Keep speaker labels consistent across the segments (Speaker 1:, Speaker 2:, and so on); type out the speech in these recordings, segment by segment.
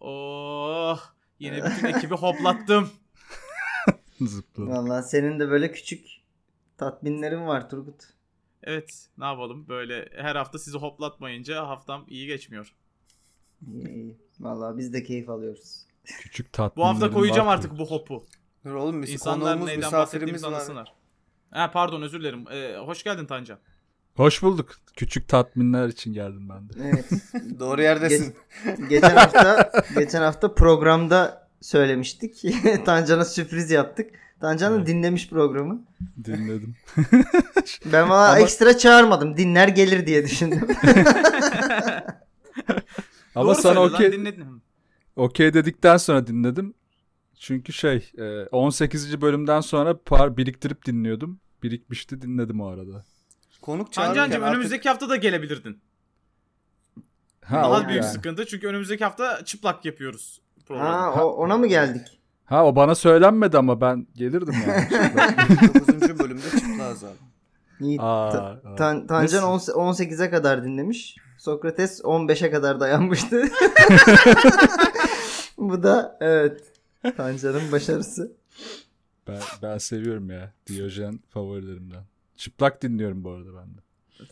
Speaker 1: Oh, Yine bütün ekibi hoplattım.
Speaker 2: Zıpla.
Speaker 3: Vallahi senin de böyle küçük tatminlerin var Turgut.
Speaker 1: Evet ne yapalım böyle her hafta sizi hoplatmayınca haftam iyi geçmiyor.
Speaker 3: İyi, iyi. Vallahi biz de keyif alıyoruz.
Speaker 2: Küçük tatlı.
Speaker 1: Bu hafta koyacağım artık bu hopu.
Speaker 4: Dur oğlum biz
Speaker 1: İnsanlar
Speaker 4: konuğumuz
Speaker 1: neyden
Speaker 4: misafirimiz
Speaker 1: bahsettiğimizi
Speaker 4: var.
Speaker 1: anlasınlar. Ha, pardon özür dilerim. Ee, hoş geldin Tancan.
Speaker 2: Hoş bulduk. Küçük tatminler için geldim ben de.
Speaker 3: Evet.
Speaker 4: Doğru yerdesin.
Speaker 3: geçen hafta geçen hafta programda söylemiştik. Tancan'a sürpriz yaptık. Tancan da
Speaker 2: Evet.
Speaker 3: dinlemiş programı.
Speaker 2: Dinledim.
Speaker 3: Ben valla
Speaker 2: Ama-
Speaker 3: ekstra çağırmadım. Dinler gelir diye düşündüm.
Speaker 2: Ama
Speaker 1: Doğru
Speaker 2: sana
Speaker 1: söyledi lan,
Speaker 2: okey
Speaker 1: dinledin.
Speaker 2: okey dedikten sonra dinledim. Çünkü şey e, 18. bölümden sonra par biriktirip dinliyordum. Birikmişti dinledim o arada.
Speaker 4: Konuk çağırırken
Speaker 1: Tancancığım
Speaker 4: artık-
Speaker 1: önümüzdeki hafta da gelebilirdin.
Speaker 2: Ha,
Speaker 1: Daha
Speaker 2: o
Speaker 1: büyük
Speaker 2: yani.
Speaker 1: sıkıntı çünkü önümüzdeki hafta çıplak yapıyoruz programı.
Speaker 3: ha, o, ona mı geldik?
Speaker 2: ha o bana söylenmedi ama ben gelirdim yani.
Speaker 4: 9. bölümde çıplaz abi.
Speaker 3: İyi.
Speaker 2: Aa,
Speaker 3: Ta-
Speaker 2: aa.
Speaker 3: Tan- Tancan 18'e kadar dinlemiş. Sokrates 15'e kadar dayanmıştı. Bu da evet. Tancan'ın başarısı.
Speaker 2: Ben, ben seviyorum ya. Diyojen favorilerimden. Çıplak dinliyorum bu arada ben de.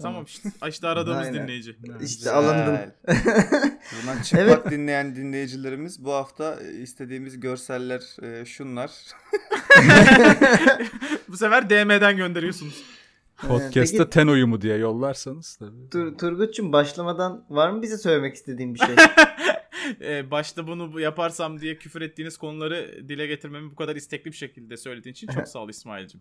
Speaker 1: Tamam işte, işte aradığımız
Speaker 3: Aynen.
Speaker 1: dinleyici.
Speaker 3: İşte alındım.
Speaker 4: Buradan çıplak dinleyen dinleyicilerimiz bu hafta e, istediğimiz görseller e, şunlar.
Speaker 1: Bu sefer DM'den gönderiyorsunuz.
Speaker 2: Podcast'ta
Speaker 3: Peki-
Speaker 2: ten uyumu diye yollarsanız tabii.
Speaker 3: Tur Turgut'cum başlamadan var mı bize söylemek istediğin bir şey?
Speaker 1: Ee, başta bunu bu- yaparsam diye küfür ettiğiniz konuları dile getirmemi bu kadar istekli bir şekilde söylediğin için çok sağ ol İsmail'cim.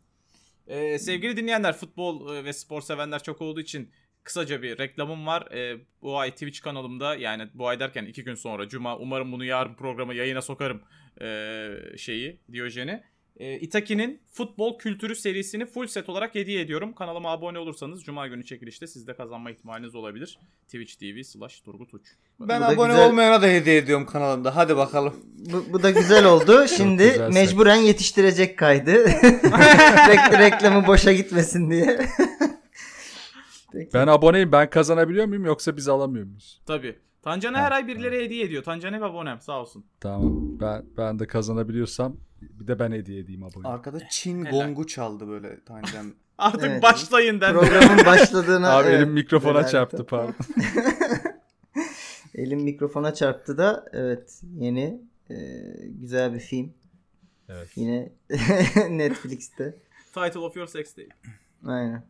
Speaker 1: Ee, sevgili dinleyenler futbol e, ve spor sevenler çok olduğu için kısaca bir reklamım var. Ee, bu ay Twitch kanalımda yani bu ay derken iki gün sonra Cuma umarım bunu yarın programa yayına sokarım ee, şeyi Diyojen'i. Ee, Itaki'nin futbol kültürü serisini full set olarak hediye ediyorum. Kanalıma abone olursanız Cuma günü çekilişte siz de kazanma ihtimaliniz olabilir. Twitch TV slash Turgut Uç.
Speaker 4: Ben
Speaker 3: Bu da
Speaker 4: abone
Speaker 3: güzel.
Speaker 4: olmayana da hediye ediyorum kanalımda. Hadi bakalım.
Speaker 3: Bu, bu da güzel oldu. Şimdi
Speaker 2: güzel
Speaker 3: mecburen yetiştirecek kaydı. Rek- reklamı boşa gitmesin diye. Peki.
Speaker 2: Ben aboneyim. Ben kazanabiliyor muyum yoksa biz alamıyor muyuz?
Speaker 1: Tabii. Tancan'a
Speaker 2: Ha,
Speaker 1: her ay birileri hediye ediyor. Tancan hep abonem sağ olsun.
Speaker 2: Tamam. Ben ben de kazanabiliyorsam bir de ben hediye edeyim abone.
Speaker 4: Arkada Çin
Speaker 1: Helal.
Speaker 4: gongu çaldı böyle Tancan.
Speaker 1: Artık
Speaker 3: Evet.
Speaker 1: başlayın der.
Speaker 3: Programın başladığına...
Speaker 2: Abi
Speaker 3: evet,
Speaker 2: elim mikrofona
Speaker 3: beraber-
Speaker 2: çarptı pardon.
Speaker 3: Elim mikrofona çarptı da evet yeni e, güzel bir film.
Speaker 2: Evet.
Speaker 3: Yine Netflix'te.
Speaker 1: Title of your sex day.
Speaker 3: Aynen.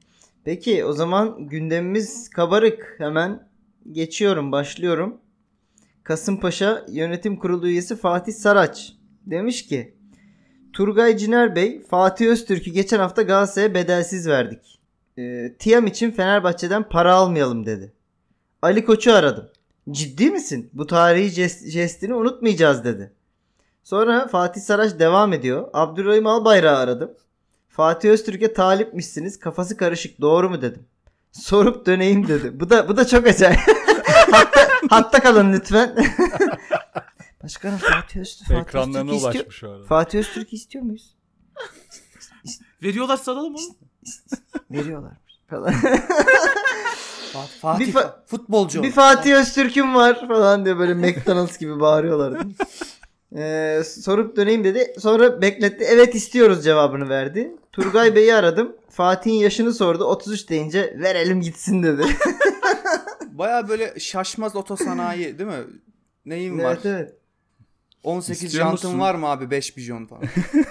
Speaker 3: Peki o zaman gündemimiz kabarık. Hemen geçiyorum, başlıyorum. Kasımpaşa Yönetim Kurulu üyesi Fatih Saraç demiş ki Turgay Ciner Bey, Fatih Öztürk'ü geçen hafta Galatasaray'a bedelsiz verdik. Ee, Tiam için Fenerbahçe'den para almayalım dedi. Ali Koç'u aradım. Ciddi misin? Bu tarihi jest- jestini unutmayacağız dedi. Sonra Fatih Saraç devam ediyor. Abdurrahim Albayrak'ı aradım. Fatih Öztürk'e talipmişsiniz. Kafası karışık. Doğru mu dedim. Sorup döneyim dedi. Bu da bu da çok acayip. hatta, hatta kalın lütfen. Başkanım Fatih Öztürk. Fatih
Speaker 2: Ekranlarına
Speaker 3: Öztürk'ü istiyor-
Speaker 2: ulaşmış o arada.
Speaker 3: Fatih Öztürk'ü istiyor muyuz?
Speaker 1: Veriyorlar salalım oğlum.
Speaker 3: Veriyorlar. Falan.
Speaker 4: Fa- Fatih
Speaker 3: Bir fa-
Speaker 4: futbolcu.
Speaker 3: bir
Speaker 4: oldu.
Speaker 3: Fatih Öztürk'üm var falan diye böyle McDonald's gibi bağırıyorlardı. Ee, sorup döneyim dedi. Sonra bekletti. Evet istiyoruz cevabını verdi. Turgay Bey'i aradım. Fatih'in yaşını sordu. 33 deyince verelim gitsin dedi.
Speaker 4: Baya böyle şaşmaz otosanayi değil mi? Neyin var?
Speaker 3: evet evet.
Speaker 4: 18
Speaker 2: İstiyor musun?
Speaker 4: jantın var mı abi 5 bijon falan.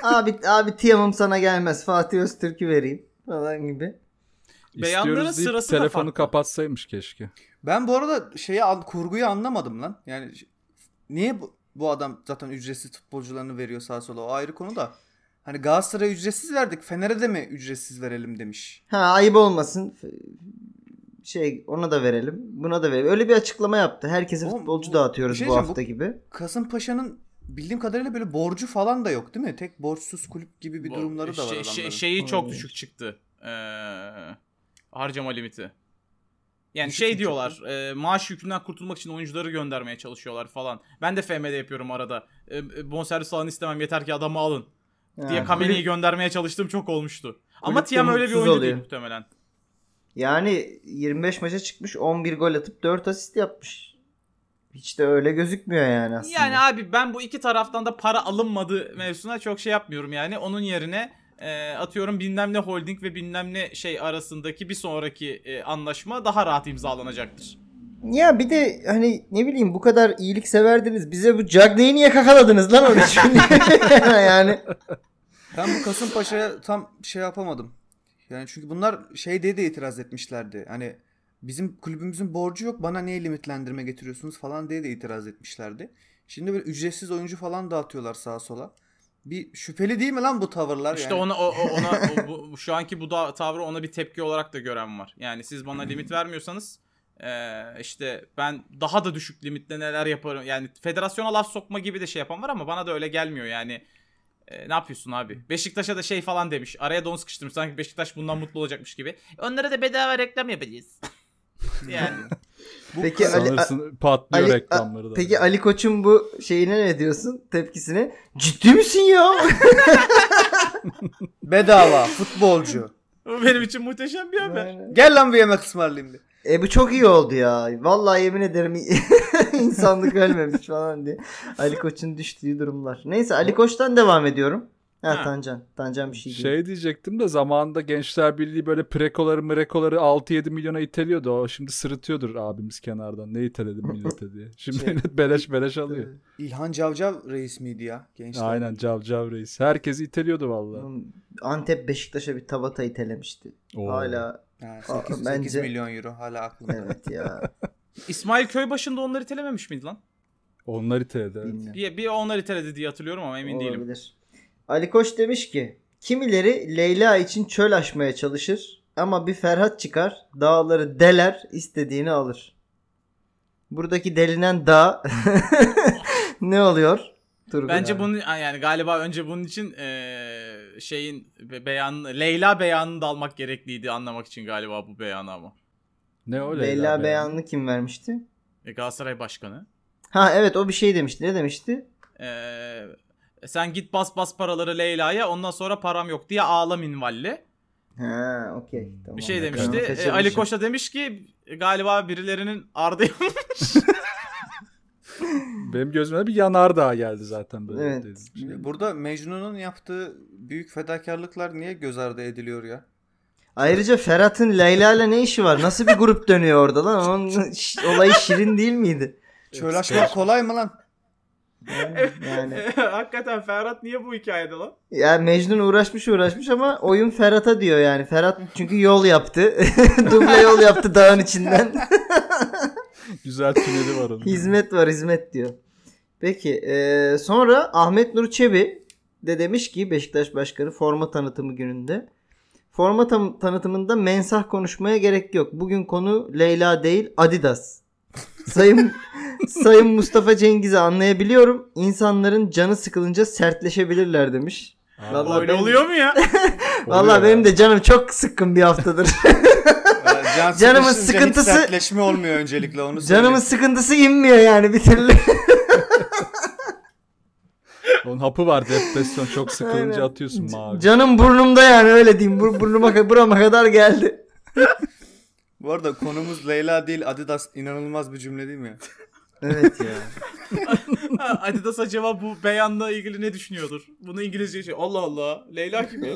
Speaker 3: Abi abi tiyamım sana gelmez. Fatih Öztürk'ü vereyim falan gibi.
Speaker 1: Beyanların
Speaker 2: İstiyoruz deyip
Speaker 1: sırası da
Speaker 2: telefonu
Speaker 1: farklı.
Speaker 2: kapatsaymış keşke.
Speaker 4: ben bu arada şeyi an- kurguyu anlamadım lan. Yani ş- niye bu, bu adam zaten ücretsiz futbolcularını veriyor sağa sola o ayrı konu da. Hani Galatasaray'a ücretsiz verdik. Fener'e de mi ücretsiz verelim demiş.
Speaker 3: Ha ayıp olmasın. F- Şey ona da verelim. Buna da verelim. Öyle bir açıklama yaptı. Herkese
Speaker 4: Oğlum,
Speaker 3: futbolcu
Speaker 4: bu-
Speaker 3: dağıtıyoruz
Speaker 4: bir şey
Speaker 3: bu
Speaker 4: diyeceğim,
Speaker 3: hafta
Speaker 4: bu-
Speaker 3: gibi.
Speaker 4: Kasımpaşa'nın bildiğim kadarıyla böyle borcu falan da yok değil mi? Tek borçsuz kulüp gibi bir
Speaker 1: Bu-
Speaker 4: durumları da var
Speaker 1: şey-
Speaker 4: adamların.
Speaker 1: şey- şeyi çok
Speaker 3: Aynen.
Speaker 1: düşük çıktı. Ee, harcama limiti. Yani
Speaker 4: Düşük
Speaker 1: şey
Speaker 4: mü
Speaker 1: diyorlar e, maaş yükünden kurtulmak için oyuncuları göndermeye çalışıyorlar falan. Ben de FM'de yapıyorum arada. E, E, bonservis falan istemem yeter ki adamı alın diye
Speaker 3: Ha.
Speaker 1: Kameni'yi göndermeye çalıştığım çok olmuştu. Ama
Speaker 3: kulüp
Speaker 1: Tiam öyle bir
Speaker 3: umutsuz
Speaker 1: oyuncu değil
Speaker 3: oluyor.
Speaker 1: muhtemelen.
Speaker 3: Yani 25 maça çıkmış 11 gol atıp 4 asist yapmış. Hiç de öyle gözükmüyor yani aslında.
Speaker 1: Yani abi ben bu iki taraftan da para alınmadı mevzusuna çok şey yapmıyorum yani. Onun yerine e, atıyorum bilmem ne holding ve bilmem ne şey arasındaki bir sonraki e, anlaşma daha rahat imzalanacaktır.
Speaker 3: Ya bir de hani ne bileyim bu kadar iyilik severdiniz. Bize bu Cagney'i niye kakaladınız lan öyle şimdi? yani
Speaker 4: Ben bu Kasımpaşa'ya tam şey yapamadım. Yani çünkü bunlar şey diye de itiraz etmişlerdi. Hani bizim kulübümüzün borcu yok bana niye limitlendirme getiriyorsunuz falan diye de itiraz etmişlerdi. Şimdi böyle ücretsiz oyuncu falan dağıtıyorlar sağa sola. Bir şüpheli değil mi lan bu tavırlar
Speaker 1: İşte
Speaker 4: yani?
Speaker 1: ona o, o- ona o- bu- bu- şu anki bu da, tavrı ona bir tepki olarak da gören var. Yani siz bana limit vermiyorsanız e, işte ben daha da düşük limitle neler yaparım. Yani federasyona laf sokma gibi de şey yapan var ama bana da öyle gelmiyor yani. E, ne yapıyorsun abi? Beşiktaş'a da şey falan demiş. Araya don sıkıştırmış. Sanki Beşiktaş bundan mutlu olacakmış gibi. Onlara da bedava reklam yapacağız. yani
Speaker 4: Bu
Speaker 3: Peki
Speaker 4: kız-
Speaker 3: Ali-
Speaker 2: Sanırsın patlıyor
Speaker 3: Ali-
Speaker 2: reklamları da.
Speaker 3: peki Ali Koç'un bu şeyine ne diyorsun? Tepkisine? Ciddi misin ya?
Speaker 4: bedava futbolcu.
Speaker 1: bu benim için muhteşem bir haber.
Speaker 4: Gel lan bir yemek ısmarlayayım diye.
Speaker 3: e bu çok iyi oldu ya. Vallahi yemin ederim insanlık ölmemiş falan diye. Ali Koç'un düştüğü durumlar. Neyse Ali Koç'tan devam ediyorum. Ha,
Speaker 1: Ha.
Speaker 3: Tancan. Tancan bir şey, diyor.
Speaker 2: Şey diyecektim de zamanında Gençler Birliği böyle prekoları mrekoları 6-7 milyona iteliyordu. O şimdi sırıtıyordur abimiz kenardan. Ne iteledim millete diye. Şimdi
Speaker 3: Şey-
Speaker 2: millet beleş beleş alıyor.
Speaker 4: İlhan Cavcav reis miydi ya gençler?
Speaker 2: Aynen cavcav reis. Herkesi iteliyordu vallahi.
Speaker 3: Antep Beşiktaş'a bir tabata itelemişti.
Speaker 2: Oo.
Speaker 3: Hala
Speaker 4: Ha, 8,
Speaker 3: Aa, bence-
Speaker 4: milyon euro hala aklımda.
Speaker 3: evet ya.
Speaker 1: İsmail Köybaşı'nda onları itelememiş miydi lan?
Speaker 2: Onlar iteledi. evet.
Speaker 3: bilmiyorum.
Speaker 1: Bir, bir onları iteledi diye hatırlıyorum ama emin değilim.
Speaker 3: Olabilir. Ali Koç demiş ki kimileri Leyla için çöl aşmaya çalışır ama bir Ferhat çıkar dağları deler istediğini alır. Buradaki delinen dağ ne oluyor? Turgut
Speaker 1: Bence
Speaker 3: abi?
Speaker 1: bunun yani galiba önce bunun için eee, şeyin be- beyanını Leyla beyanını da almak gerekliydi anlamak için galiba bu beyanı ama.
Speaker 2: Ne o
Speaker 3: Leyla, beyanını kim vermişti?
Speaker 1: E, Galatasaray Başkanı.
Speaker 3: Ha evet o bir şey demişti. Ne demişti?
Speaker 1: Eee, sen git bas bas paraları Leyla'ya ondan sonra param yok diye ağla minvalli.
Speaker 3: Ha okey.
Speaker 2: Hmm.
Speaker 3: Tamam.
Speaker 1: Bir şey
Speaker 2: Tamam,
Speaker 1: demişti.
Speaker 3: tamam.
Speaker 1: E,
Speaker 3: Kaçırmışım.
Speaker 1: Ali Koç da demiş ki galiba birilerinin ardı
Speaker 2: Benim gözüme bir yanardağ geldi zaten böyle. şey.
Speaker 3: Evet.
Speaker 2: dedi.
Speaker 4: Burada Mecnun'un yaptığı büyük fedakarlıklar niye göz ardı ediliyor ya?
Speaker 3: Ayrıca Ferhat'ın Leyla ile ne işi var? Nasıl bir grup dönüyor orada lan? Onun ş- olayı şirin değil miydi?
Speaker 4: Çöl aşmak kolay mı lan?
Speaker 3: Yani.
Speaker 1: Hakikaten Ferhat niye bu hikayede lan?
Speaker 3: Ya Mecnun uğraşmış uğraşmış ama oyun Ferhat'a diyor yani. Ferhat çünkü yol yaptı. Duble yol yaptı dağın içinden.
Speaker 2: Güzel tüneli var onun.
Speaker 3: hizmet var hizmet diyor. Peki eee, sonra Ahmet Nur Çebi de demiş ki Beşiktaş Başkanı forma tanıtımı gününde. Forma tam- tanıtımında mensah konuşmaya gerek yok. Bugün konu Leyla değil Adidas. Sayın Sayın Mustafa Cengiz'i anlayabiliyorum. İnsanların canı sıkılınca sertleşebilirler demiş.
Speaker 2: Aa,
Speaker 3: Vallahi-
Speaker 1: Öyle
Speaker 3: ben-
Speaker 1: oluyor mu ya?
Speaker 3: Valla
Speaker 2: oluyor
Speaker 3: benim
Speaker 2: ya.
Speaker 3: de canım çok sıkkın bir haftadır.
Speaker 4: Can
Speaker 3: Canımın
Speaker 4: sıkışınca Ee, hiç
Speaker 3: sıkıntısı-
Speaker 4: sertleşme olmuyor öncelikle onu söyleyeyim.
Speaker 3: Canımın sıkıntısı inmiyor yani bir türlü.
Speaker 2: Onun hapı var depresyon. Çok sıkılınca
Speaker 3: Aynen.
Speaker 2: atıyorsun mavi.
Speaker 3: Canım burnumda yani öyle diyeyim. Bur- burnuma burama kadar geldi.
Speaker 4: Bu arada konumuz Leyla değil Adidas inanılmaz bir cümle değil mi ya?
Speaker 3: Evet ya.
Speaker 1: Ha, Adidas acaba bu beyanla ilgili ne düşünüyordur? Bunu İngilizce şey. Allah Allah. Leyla kim ya?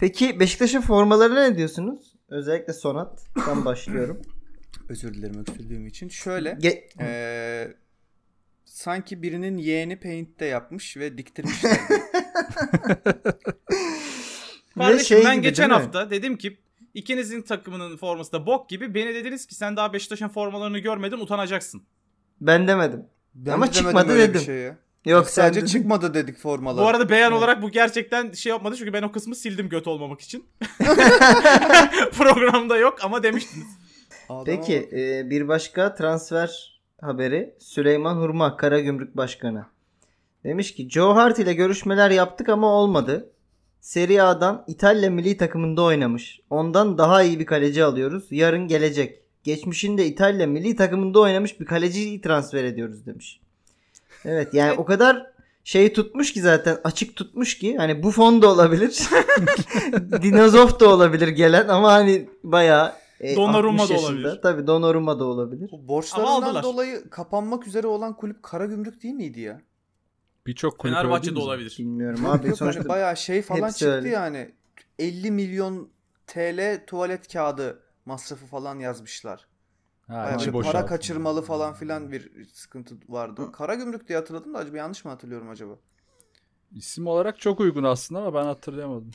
Speaker 3: Peki Beşiktaş'ın formalarına ne diyorsunuz? Özellikle Sonat. Ben başlıyorum.
Speaker 4: Özür dilerim öksürdüğüm için. Şöyle
Speaker 3: Ge-
Speaker 4: eee, sanki birinin yeğeni paint'te yapmış ve diktirmişler.
Speaker 3: Ve
Speaker 1: Kardeşim
Speaker 3: şey
Speaker 1: ben
Speaker 3: gibi
Speaker 1: geçen
Speaker 3: değil mi?
Speaker 1: hafta dedim ki ikinizin takımının forması da bok gibi. Beni dediniz ki sen daha Beşiktaş'ın formalarını görmedin utanacaksın.
Speaker 3: Ben demedim.
Speaker 4: Ben
Speaker 3: Ama
Speaker 4: de demedim
Speaker 3: çıkmadı
Speaker 4: öyle bir
Speaker 3: dedim.
Speaker 4: şey ya.
Speaker 3: Yok sen
Speaker 4: Sadece
Speaker 3: dedin.
Speaker 4: çıkmadı dedik formalar.
Speaker 1: Bu arada beyan olarak bu gerçekten şey yapmadı çünkü ben o kısmı sildim göt olmamak için. Programda yok ama demiştiniz.
Speaker 4: Adama
Speaker 3: Peki e, bir başka transfer haberi Süleyman Hurma Karagümrük Başkanı. Demiş ki Joe Hart ile görüşmeler yaptık ama olmadı. Serie A'dan İtalya milli takımında oynamış. Ondan daha iyi bir kaleci alıyoruz. Yarın gelecek. Geçmişinde İtalya milli takımında oynamış bir kaleciyi transfer ediyoruz demiş. Evet yani o kadar şeyi tutmuş ki zaten açık tutmuş ki hani Buffon da olabilir. Dinozof da olabilir gelen ama hani bayağı E,
Speaker 1: Donnarumma
Speaker 3: 60
Speaker 1: da
Speaker 3: yaşında.
Speaker 1: olabilir.
Speaker 3: Tabii Donnarumma da olabilir.
Speaker 4: O
Speaker 1: Ama
Speaker 4: borçlarından
Speaker 1: aldılar.
Speaker 4: dolayı kapanmak üzere olan kulüp Karagümrük değil miydi ya?
Speaker 2: Birçok kulüp öyle değil
Speaker 1: Fenerbahçe'de
Speaker 2: mi?
Speaker 1: olabilir.
Speaker 3: Bilmiyorum
Speaker 4: Abi
Speaker 3: abi.
Speaker 4: Yok,
Speaker 3: sonuçta
Speaker 4: hani bayağı şey falan
Speaker 3: hepsi
Speaker 4: çıktı
Speaker 3: öyle.
Speaker 4: yani. 50 milyon TL tuvalet kağıdı masrafı falan yazmışlar.
Speaker 2: Ha,
Speaker 4: Bayağı
Speaker 2: içi
Speaker 4: böyle
Speaker 2: boşaltı.
Speaker 4: para kaçırmalı falan filan bir sıkıntı vardı. Karagümrük diye hatırladım da acaba yanlış mı hatırlıyorum acaba?
Speaker 2: İsim olarak çok uygun aslında ama ben hatırlayamadım.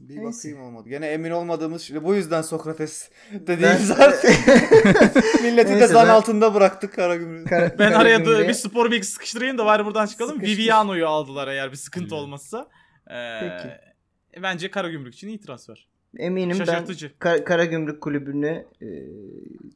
Speaker 4: Bir
Speaker 3: Neyse.
Speaker 4: bakayım olmadı. Gene emin olmadığımız işte bu yüzden Sokrates dediğimiz
Speaker 3: Ben-
Speaker 4: artık milleti de
Speaker 3: Neyse,
Speaker 4: zan
Speaker 3: ben-
Speaker 4: altında bıraktık Karagümrük.
Speaker 3: Kara-
Speaker 1: Ben araya da
Speaker 3: Karagümrük'e-
Speaker 1: bir spor bilgi sıkıştırayım da bari buradan çıkalım.
Speaker 3: Sıkıştır.
Speaker 1: Viviano'yu aldılar eğer bir sıkıntı
Speaker 2: Hmm.
Speaker 1: olmazsa. Ee, Bence Karagümrük için iyi transfer.
Speaker 3: Eminim ben
Speaker 1: Şaşırtıcı.
Speaker 3: Kar- Karagümrük Kulübü'ne e,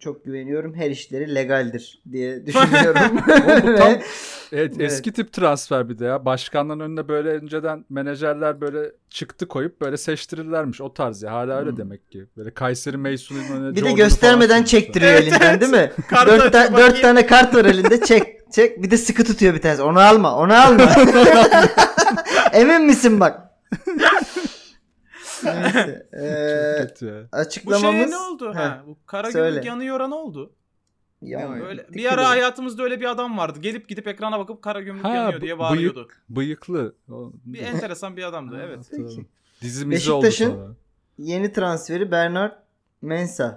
Speaker 3: çok güveniyorum. Her işleri legaldir diye düşünüyorum.
Speaker 2: Oğlum bu tam-
Speaker 3: Ve
Speaker 2: Evet, eski tip transfer bir de ya. Başkanların önüne böyle önceden menajerler böyle çıktı koyup böyle seçtirirlermiş. O tarz ya. Hala öyle
Speaker 3: Hmm.
Speaker 2: demek ki. Böyle Kayseri Meysun'un önüne
Speaker 3: bir de
Speaker 2: Jordan'ı
Speaker 3: göstermeden
Speaker 2: falan koymuşlar.
Speaker 3: çektiriyor
Speaker 1: Evet,
Speaker 3: elinden değil mi?
Speaker 1: Kartı
Speaker 3: dört, ta-
Speaker 1: açıp
Speaker 3: dört
Speaker 1: bakayım.
Speaker 3: tane kart var elinde. Çek çek. Bir de sıkı tutuyor bir tanesi. Onu alma. Onu alma. Emin misin bak? Neyse.
Speaker 2: Çok
Speaker 3: eee,
Speaker 2: kötü ya.
Speaker 1: Bu
Speaker 3: açıklamamız...
Speaker 1: şeye ne oldu?
Speaker 3: Heh,
Speaker 1: Ha, bu Karagümrük
Speaker 3: söyle.
Speaker 1: yanıyor ne oldu?
Speaker 3: ya,
Speaker 4: Ne o ya?
Speaker 1: Öyle,
Speaker 3: gitti
Speaker 1: bir ara
Speaker 3: kulübe.
Speaker 1: hayatımızda öyle bir adam vardı. Gelip gidip ekrana bakıp Karagümrük
Speaker 2: Ha,
Speaker 1: yanıyor
Speaker 2: bu-
Speaker 1: diye bağırıyordu.
Speaker 2: Bıyıklı. O-
Speaker 1: Bir enteresan bir adamdı evet.
Speaker 2: Hatırladım.
Speaker 3: Peki.
Speaker 2: Dizimizi
Speaker 3: Beşiktaş'ın-
Speaker 2: oldu sonra.
Speaker 3: Yeni transferi Bernard Mensah.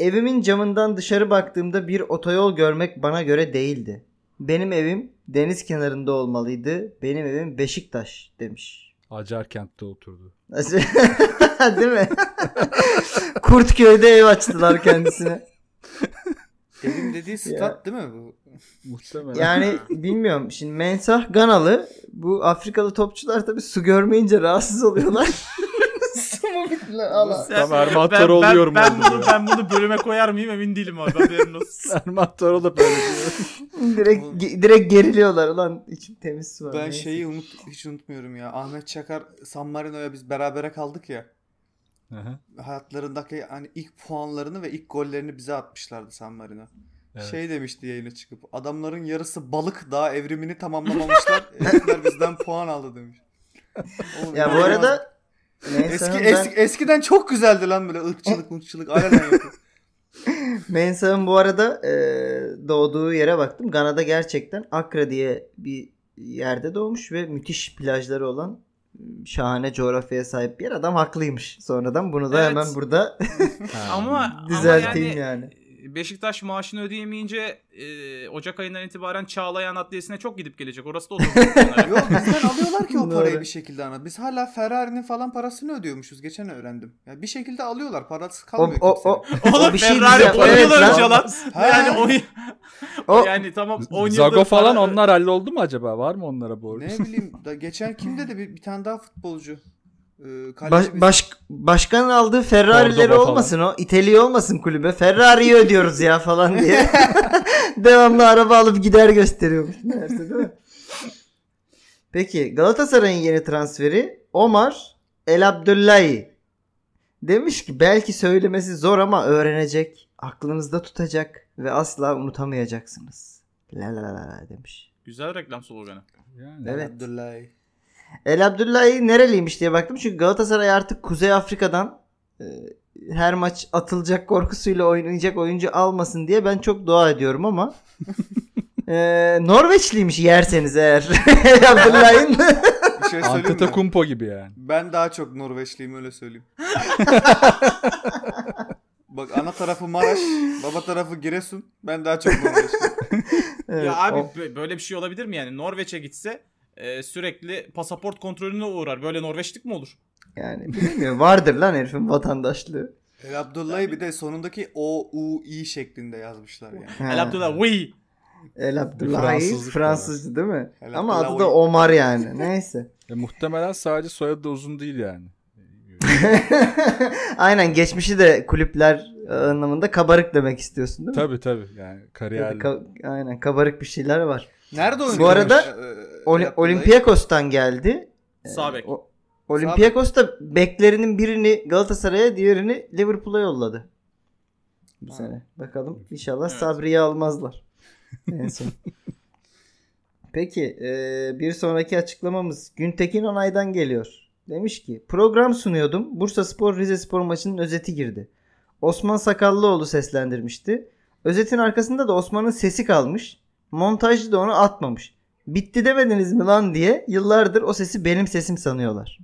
Speaker 3: Evimin camından dışarı baktığımda bir otoyol görmek bana göre değildi. Benim evim deniz kenarında olmalıydı. Benim evim Beşiktaş demiş.
Speaker 2: Acarkent'te oturdu.
Speaker 3: Nasıl- Değil mi? Kurtköy'de ev açtılar kendisine.
Speaker 4: Evim dediği stat değil mi bu?
Speaker 2: Muhtemelen.
Speaker 3: Yani bilmiyorum. Şimdi Mensah Ganalı. Bu Afrikalı topçular tabii su görmeyince rahatsız oluyorlar. su mu bitti lan? Allah.
Speaker 2: Tam Erman Toroğlu
Speaker 1: ben,
Speaker 2: yorumu
Speaker 1: ben,
Speaker 2: oldu
Speaker 1: bunu,
Speaker 2: ya.
Speaker 1: ben bunu bölüme koyar mıyım emin değilim abi haberin olsun.
Speaker 2: Erman Toroğlu da böyle diyor.
Speaker 3: Direkt, ge- direkt geriliyorlar lan. İçim temiz su var.
Speaker 4: Ben
Speaker 3: Neyse.
Speaker 4: şeyi unut, hiç unutmuyorum ya. Ahmet Çakar San Marino'ya biz berabere kaldık ya.
Speaker 2: Aha,
Speaker 4: Hayatlarındaki hani ilk puanlarını ve ilk gollerini bize atmışlardı San Marino.
Speaker 2: evet.
Speaker 4: Şey demişti yayına çıkıp adamların yarısı balık daha evrimini tamamlamamışlar. Herifler bizden puan aldı demiş. Oğlum
Speaker 3: Ya bu
Speaker 4: inanılmaz.
Speaker 3: arada
Speaker 4: eski,
Speaker 3: Mensah'ın
Speaker 4: eski- eskiden çok güzeldi lan böyle ırkçılık mırkçılık alenen yapıyor.
Speaker 3: ben- Mensah'ın bu arada e, doğduğu yere baktım. Gana'da gerçekten Akra diye bir yerde doğmuş ve müthiş plajları olan e, şahane coğrafyaya sahip bir yer. Adam haklıymış sonradan. Bunu da
Speaker 1: Evet.
Speaker 3: hemen burada
Speaker 2: Ha.
Speaker 1: Ama
Speaker 3: düzelteyim
Speaker 1: ama yani,
Speaker 3: yani.
Speaker 1: Beşiktaş maaşını ödeyemeyince e, Ocak ayından itibaren Çağlayan Adliyesi'ne çok gidip gelecek. Orası da otobüs.
Speaker 4: Yok bizden alıyorlar ki o
Speaker 3: Doğru.
Speaker 4: parayı bir şekilde ana. Biz hala Ferrari'nin falan parasını ödüyormuşuz geçen öğrendim. Ya bir şekilde alıyorlar parası
Speaker 3: O,
Speaker 4: kalmıyor
Speaker 3: o,
Speaker 4: kimsenin.
Speaker 3: o, o
Speaker 1: Oğlum
Speaker 3: bir şey
Speaker 1: Ferrari
Speaker 3: diyeceğim.
Speaker 1: on yıl
Speaker 3: Evet lan.
Speaker 1: önce lan.
Speaker 4: Ha.
Speaker 1: Yani on,
Speaker 3: O-
Speaker 1: yani tamam 10 yıldır
Speaker 2: Zago falan
Speaker 1: para-
Speaker 2: onlar halloldu mu acaba? Var mı onlara borç?
Speaker 4: Ne bileyim da geçen kimde de bir, bir tane daha futbolcu. Ee,
Speaker 3: Baş,
Speaker 4: kaleci bir-
Speaker 3: baş, başkanın aldığı Ferrari'leri
Speaker 2: Cordoba falan.
Speaker 3: olmasın o. İteliği olmasın kulübe. Ferrari'yi ödüyoruz ya falan diye. Devamlı araba alıp gider gösteriyormuş. Meğerse değil mi? Peki Galatasaray'ın yeni transferi Omar El Abdullahi. Demiş ki belki söylemesi zor ama öğrenecek. Aklınızda tutacak ve asla unutamayacaksınız. La la la la demiş.
Speaker 1: Güzel reklam sloganı.
Speaker 2: Yani.
Speaker 3: Evet.
Speaker 4: Abdullahi.
Speaker 3: El Abdullahi nereliymiş diye baktım. Çünkü Galatasaray artık Kuzey Afrika'dan e, her maç atılacak korkusuyla oynayacak oyuncu almasın diye ben çok dua ediyorum ama e, Norveçliymiş yerseniz eğer. El Abdullahi'nin
Speaker 4: Bir şey söyleyeyim mi?
Speaker 2: Antetokounmpo gibi yani.
Speaker 4: Ben daha çok Norveçliyim öyle söyleyeyim. Bak ana tarafı Maraş, baba tarafı Giresun. Ben daha çok Norveçliyim.
Speaker 3: Evet,
Speaker 1: ya abi
Speaker 3: o-
Speaker 1: bö- böyle bir şey olabilir mi yani? Norveç'e gitse e, sürekli pasaport kontrolüne uğrar. Böyle Norveçlik mi olur?
Speaker 3: yani bilmiyorum vardır lan herifin vatandaşlığı.
Speaker 4: El Abdullah'ı bir de sonundaki O, U, I şeklinde yazmışlar yani.
Speaker 3: Ha,
Speaker 1: El Abdullah "Vıy!"
Speaker 3: El Abdullahi
Speaker 2: Fransızlık
Speaker 3: Fransızcı değil mi?
Speaker 4: El
Speaker 3: Ama adı
Speaker 4: Abdullahi.
Speaker 3: da Omar yani. Neyse.
Speaker 2: E, muhtemelen sadece soyadı da uzun değil yani. E,
Speaker 3: Aynen geçmişi de kulüpler e, anlamında kabarık demek istiyorsun değil mi?
Speaker 2: tabii tabii yani
Speaker 3: Tabii,
Speaker 2: kariyerli.
Speaker 3: ka- aynen kabarık bir şeyler var.
Speaker 4: Nerede oynuyor?
Speaker 3: Bu arada
Speaker 4: e, El
Speaker 3: Oli-
Speaker 4: Abdullahi?
Speaker 3: Olympiakos'tan geldi. Ee,
Speaker 1: Sağ bek.
Speaker 3: o- Olympiakos da beklerinin birini Galatasaray'a diğerini Liverpool'a yolladı. Bu
Speaker 4: Ha.
Speaker 3: sene. Bakalım. İnşallah
Speaker 1: Evet.
Speaker 3: Sabri'yi almazlar. en son. Peki e, bir sonraki açıklamamız Güntekin Onay'dan geliyor. Demiş ki program sunuyordum. Bursa Spor Rize Spor maçının özeti girdi. Osman Sakallıoğlu seslendirmişti. Özetin arkasında da Osman'ın sesi kalmış. Montajcı da onu atmamış. Bitti demediniz mi lan diye yıllardır o sesi benim sesim sanıyorlar.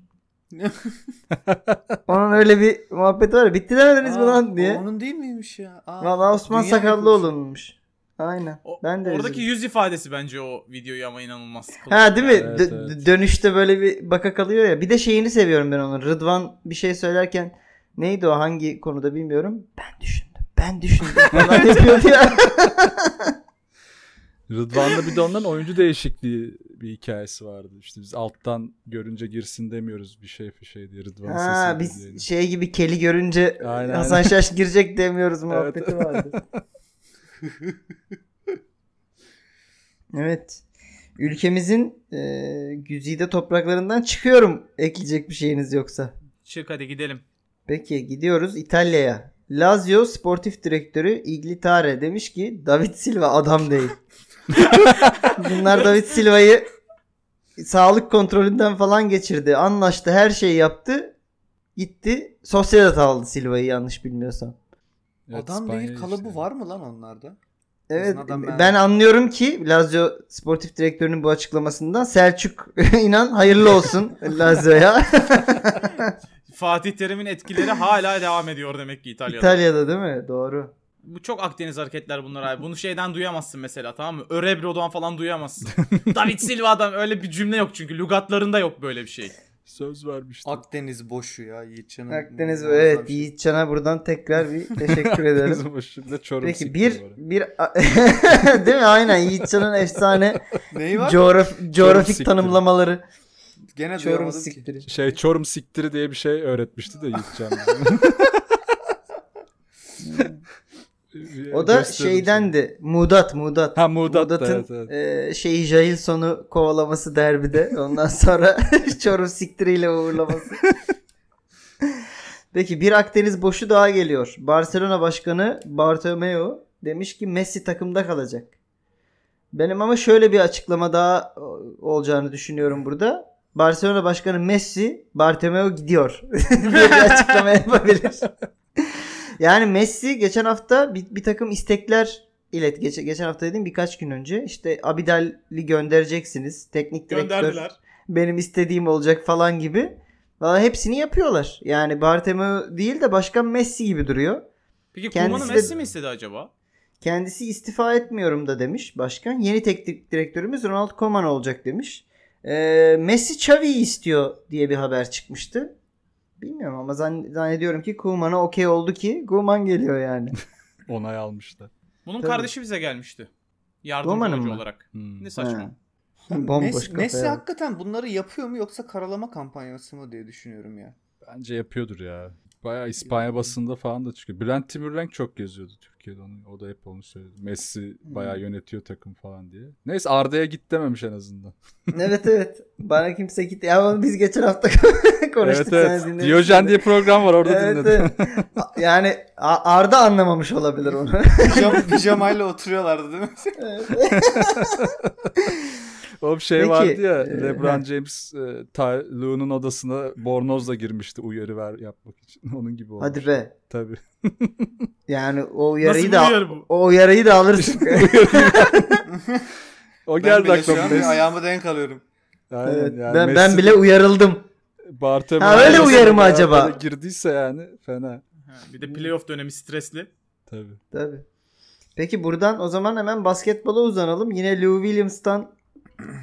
Speaker 3: Onun öyle bir muhabbeti var ya bitti demediniz mi
Speaker 4: Aa,
Speaker 3: lan diye.
Speaker 4: o Onun değil miymiş ya? Aa,
Speaker 3: Valla Osman
Speaker 4: dünya
Speaker 3: Sakallıoğlu'nmuş. Aynen.
Speaker 1: O-
Speaker 3: ben de
Speaker 1: Oradaki
Speaker 3: üzüldüm.
Speaker 1: yüz ifadesi bence o videoyu ama inanılmaz. kılıyor.
Speaker 3: Ha değil mi?
Speaker 2: Evet,
Speaker 3: Dö- dö-
Speaker 2: evet.
Speaker 3: Dönüşte böyle bir baka kalıyor ya. Bir de şeyini seviyorum ben onun. Rıdvan bir şey söylerken neydi o hangi konuda bilmiyorum. Ben düşündüm. Ben düşündüm falan yapıyordu ya.
Speaker 2: Rıdvan'da bir de ondan oyuncu değişikliği bir hikayesi vardı. İşte biz alttan görünce girsin demiyoruz bir şey bir şey diye Rıdvan'ın
Speaker 3: ha,
Speaker 2: sesi
Speaker 3: biz
Speaker 2: diye.
Speaker 3: şey gibi keli görünce
Speaker 2: Aynen,
Speaker 3: Hasan
Speaker 2: aynen.
Speaker 3: Şaş girecek demiyoruz muhabbeti
Speaker 2: Evet.
Speaker 3: vardı. evet. Ülkemizin e, güzide topraklarından çıkıyorum ekleyecek bir şeyiniz yoksa.
Speaker 1: Çık hadi gidelim.
Speaker 3: Peki gidiyoruz İtalya'ya. Lazio sportif direktörü Iglitare demiş ki David Silva adam değil. Bunlar David Silva'yı sağlık kontrolünden falan geçirdi. Anlaştı her şeyi yaptı. Gitti Sociedad aldı Silva'yı yanlış bilmiyorsam.
Speaker 2: Evet,
Speaker 4: adam
Speaker 2: İspanya'ya
Speaker 4: değil kalıbı
Speaker 2: işte.
Speaker 4: var mı lan onlarda?
Speaker 3: Evet
Speaker 4: Bizim adam
Speaker 3: ben...
Speaker 4: yani.
Speaker 3: anlıyorum ki Lazio sportif direktörünün bu açıklamasından Selçuk inan hayırlı olsun Lazio'ya.
Speaker 1: Fatih Terim'in etkileri hala devam ediyor demek ki İtalya'da.
Speaker 3: İtalya'da değil mi? Doğru.
Speaker 1: Bu çok Akdeniz hareketler bunlar abi. Bunu şeyden duyamazsın mesela tamam mı? Örebro'dan falan duyamazsın. David Silva'dan öyle bir cümle yok çünkü. Lugatlarında yok böyle bir şey.
Speaker 2: Söz vermiştim.
Speaker 4: Akdeniz boşu ya Yiğitcan'ın.
Speaker 3: Akdeniz
Speaker 4: muazzam
Speaker 3: evet
Speaker 4: şey.
Speaker 3: Yiğit Can'a buradan tekrar bir teşekkür ederim.
Speaker 2: Bizim başında çorum
Speaker 3: Peki
Speaker 2: sikti
Speaker 3: bir
Speaker 2: bu arada.
Speaker 3: bir değil mi? Aynen Yiğitcan'ın efsane
Speaker 4: Neyi var?
Speaker 3: coğraf- coğrafik
Speaker 2: siktir.
Speaker 3: tanımlamaları.
Speaker 4: Gene
Speaker 3: Çorum
Speaker 4: duyamadım ki.
Speaker 3: siktiri.
Speaker 2: şey çorum siktiri diye bir şey öğretmişti de Yiğitcan.
Speaker 3: O da
Speaker 2: Gösterdim sana.
Speaker 3: şeydendi. Mudat, Mudat.
Speaker 2: Ha Mudat da,
Speaker 3: Mudat'ın
Speaker 2: evet, evet.
Speaker 3: e, şeyi Jailson'u kovalaması derbide. Ondan sonra Çorum siktiriyle uğurlaması. Peki bir Akdeniz boşu daha geliyor. Barcelona Başkanı Bartomeu demiş ki Messi takımda kalacak. Benim ama şöyle bir açıklama daha e, olacağını düşünüyorum burada. Barcelona Başkanı Messi Bartomeu gidiyor. diye bir açıklama yapabilir. Yani Messi geçen hafta bir, bir takım istekler ilet geç, geçen hafta dedim birkaç gün önce işte Abidal'i göndereceksiniz. Teknik direktör
Speaker 1: Gönderdiler.
Speaker 3: benim istediğim olacak falan gibi. Valla hepsini yapıyorlar. Yani Bartomeu değil de başkan Messi gibi duruyor.
Speaker 1: Peki
Speaker 3: Kendisi
Speaker 1: Kuman'ı
Speaker 3: de-
Speaker 1: Messi mi istedi acaba?
Speaker 3: Kendisi istifa etmiyorum da demiş başkan. Yeni teknik direktörümüz Ronald Koeman olacak demiş. Ee, Messi Xavi'yi istiyor diye bir haber çıkmıştı. Bilmiyorum ama zann- zannediyorum ki Koeman'a okey oldu ki Koeman geliyor yani.
Speaker 2: Onay almışlar.
Speaker 1: Bunun
Speaker 3: Tabii.
Speaker 1: kardeşi bize gelmişti.
Speaker 3: Kuman'ın
Speaker 1: Yardımcı hoca
Speaker 3: mı?
Speaker 1: olarak.
Speaker 2: Hmm.
Speaker 1: Ne saçma.
Speaker 3: Ha. Bomboş
Speaker 4: Messi,
Speaker 3: kafa
Speaker 4: Messi
Speaker 3: yani.
Speaker 4: hakikaten bunları yapıyor mu yoksa karalama kampanyası mı diye düşünüyorum ya.
Speaker 2: Bence yapıyordur ya. Bayağı İspanya basında falan da çıkıyor. Bülent Timürlenk çok geziyordu Türkiye'de onu. O da hep onu söyledi. Messi bayağı
Speaker 3: Hmm.
Speaker 2: yönetiyor takım falan diye. Neyse Arda'ya git dememiş en azından.
Speaker 3: evet evet. Bana kimse gitti. Ya oğlum biz geçen hafta konuştuk.
Speaker 2: evet
Speaker 3: sen
Speaker 2: evet.
Speaker 3: dinlemişsin
Speaker 2: Diyojen
Speaker 3: de.
Speaker 2: diye program var orada
Speaker 3: Evet,
Speaker 2: dinledim.
Speaker 3: evet. A- Yani A- Arda anlamamış olabilir onu.
Speaker 4: Pijama, pijamayla oturuyorlardı değil mi?
Speaker 2: o bir şey
Speaker 3: Peki,
Speaker 2: vardı ya.
Speaker 3: e,
Speaker 2: LeBron
Speaker 3: he.
Speaker 2: James e, Ty Lue'nun odasına bornozla girmişti uyarı ver yapmak için. Onun gibi olmuş.
Speaker 3: Hadi be.
Speaker 2: Tabii.
Speaker 3: Yani o
Speaker 1: Nasıl
Speaker 3: uyarıyı
Speaker 1: bir
Speaker 3: da
Speaker 1: yer bu?
Speaker 3: o uyarıyı da alırsın.
Speaker 2: O
Speaker 4: Ben
Speaker 2: geldi
Speaker 4: bile şu an
Speaker 2: aklıma.
Speaker 4: bir
Speaker 2: Messi.
Speaker 4: ayağımı denk alıyorum.
Speaker 2: Aynen
Speaker 3: Evet,
Speaker 2: yani
Speaker 3: ben ben
Speaker 2: Messi-
Speaker 3: bile uyarıldım.
Speaker 2: Bartomeu
Speaker 3: Ha, öyle uyarı mı
Speaker 2: Bartomeu
Speaker 3: acaba?
Speaker 2: Girdiyse yani fena.
Speaker 1: Ha, bir de playoff dönemi stresli.
Speaker 2: Tabii.
Speaker 3: Tabii. Peki buradan o zaman hemen basketbola uzanalım. Yine Lou Williams'tan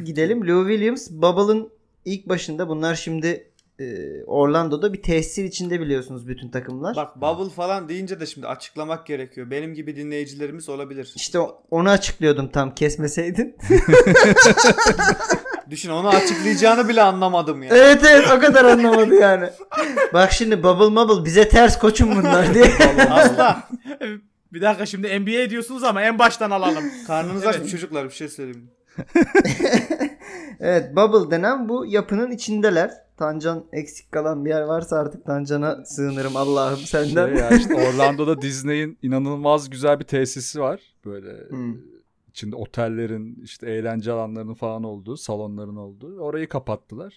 Speaker 3: gidelim. Lou Williams Bubble'ın ilk başında bunlar şimdi e, Orlando'da bir tesir içinde biliyorsunuz bütün takımlar.
Speaker 4: Bak bubble falan deyince de şimdi açıklamak gerekiyor. Benim gibi dinleyicilerimiz olabilir.
Speaker 3: İşte o- onu açıklıyordum tam kesmeseydin.
Speaker 4: Düşün onu açıklayacağını bile anlamadım ya.
Speaker 3: evet evet o kadar anlamadı yani. Bak şimdi Bubble Bubble bize ters koçum bunlar diye.
Speaker 4: Asla.
Speaker 1: Bir dakika şimdi NBA diyorsunuz ama en baştan alalım.
Speaker 4: Karnınız aç mı
Speaker 1: Evet.
Speaker 4: çocuklar bir şey söyleyeyim.
Speaker 3: evet Bubble denen bu yapının içindeler. Tancan eksik kalan bir yer varsa artık Tancan'a sığınırım Allah'ım senden.
Speaker 2: Şey ya işte Orlando'da Disney'in inanılmaz güzel bir tesisi var. Böyle e,
Speaker 3: Hmm.
Speaker 2: içinde otellerin, işte eğlence alanlarının falan olduğu, salonların olduğu. Orayı kapattılar.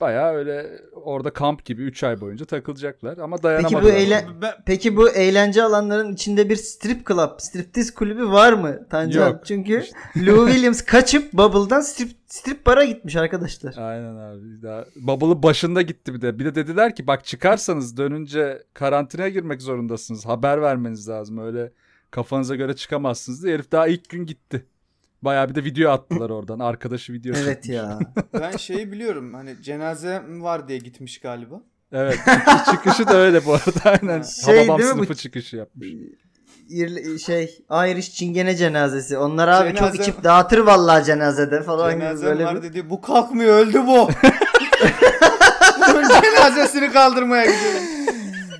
Speaker 2: Bayağı öyle orada kamp gibi 3 ay boyunca takılacaklar ama
Speaker 3: Peki
Speaker 2: dayanamadılar.
Speaker 3: bu eyle-
Speaker 1: Ben-
Speaker 3: Peki bu eğlence alanların içinde bir strip club, striptiz kulübü var mı Tancan?
Speaker 2: Yok.
Speaker 3: Çünkü Lou Williams kaçıp Bubble'dan strip, strip bara gitmiş arkadaşlar.
Speaker 2: Aynen abi. Bir Daha Bubble'ın başında gitti bir de. Bir de dediler ki bak çıkarsanız dönünce karantinaya girmek zorundasınız. Haber vermeniz lazım. Öyle kafanıza göre çıkamazsınız diye. Herif daha ilk gün gitti. Bayağı bir de video attılar oradan. Arkadaşı video
Speaker 3: Evet
Speaker 2: çekmiş.
Speaker 3: ya.
Speaker 4: Ben şeyi biliyorum hani cenaze var diye gitmiş galiba.
Speaker 2: Evet. çıkış- Çıkışı da öyle bu arada. Aynen.
Speaker 3: Şey
Speaker 2: Hababam
Speaker 3: değil mi bu- Hmm.
Speaker 2: sınıfı çıkışı yapmış.
Speaker 3: İrli- şey Irish çingene cenazesi. Onlar abi çok
Speaker 4: Cenaze-
Speaker 3: içip dağıtır vallahi cenazede falan gibi
Speaker 4: Cenaze
Speaker 3: böyle
Speaker 4: var
Speaker 3: bir-
Speaker 4: dedi bu kalkmıyor öldü bu. Bunun Cenazesini kaldırmaya gidiyor.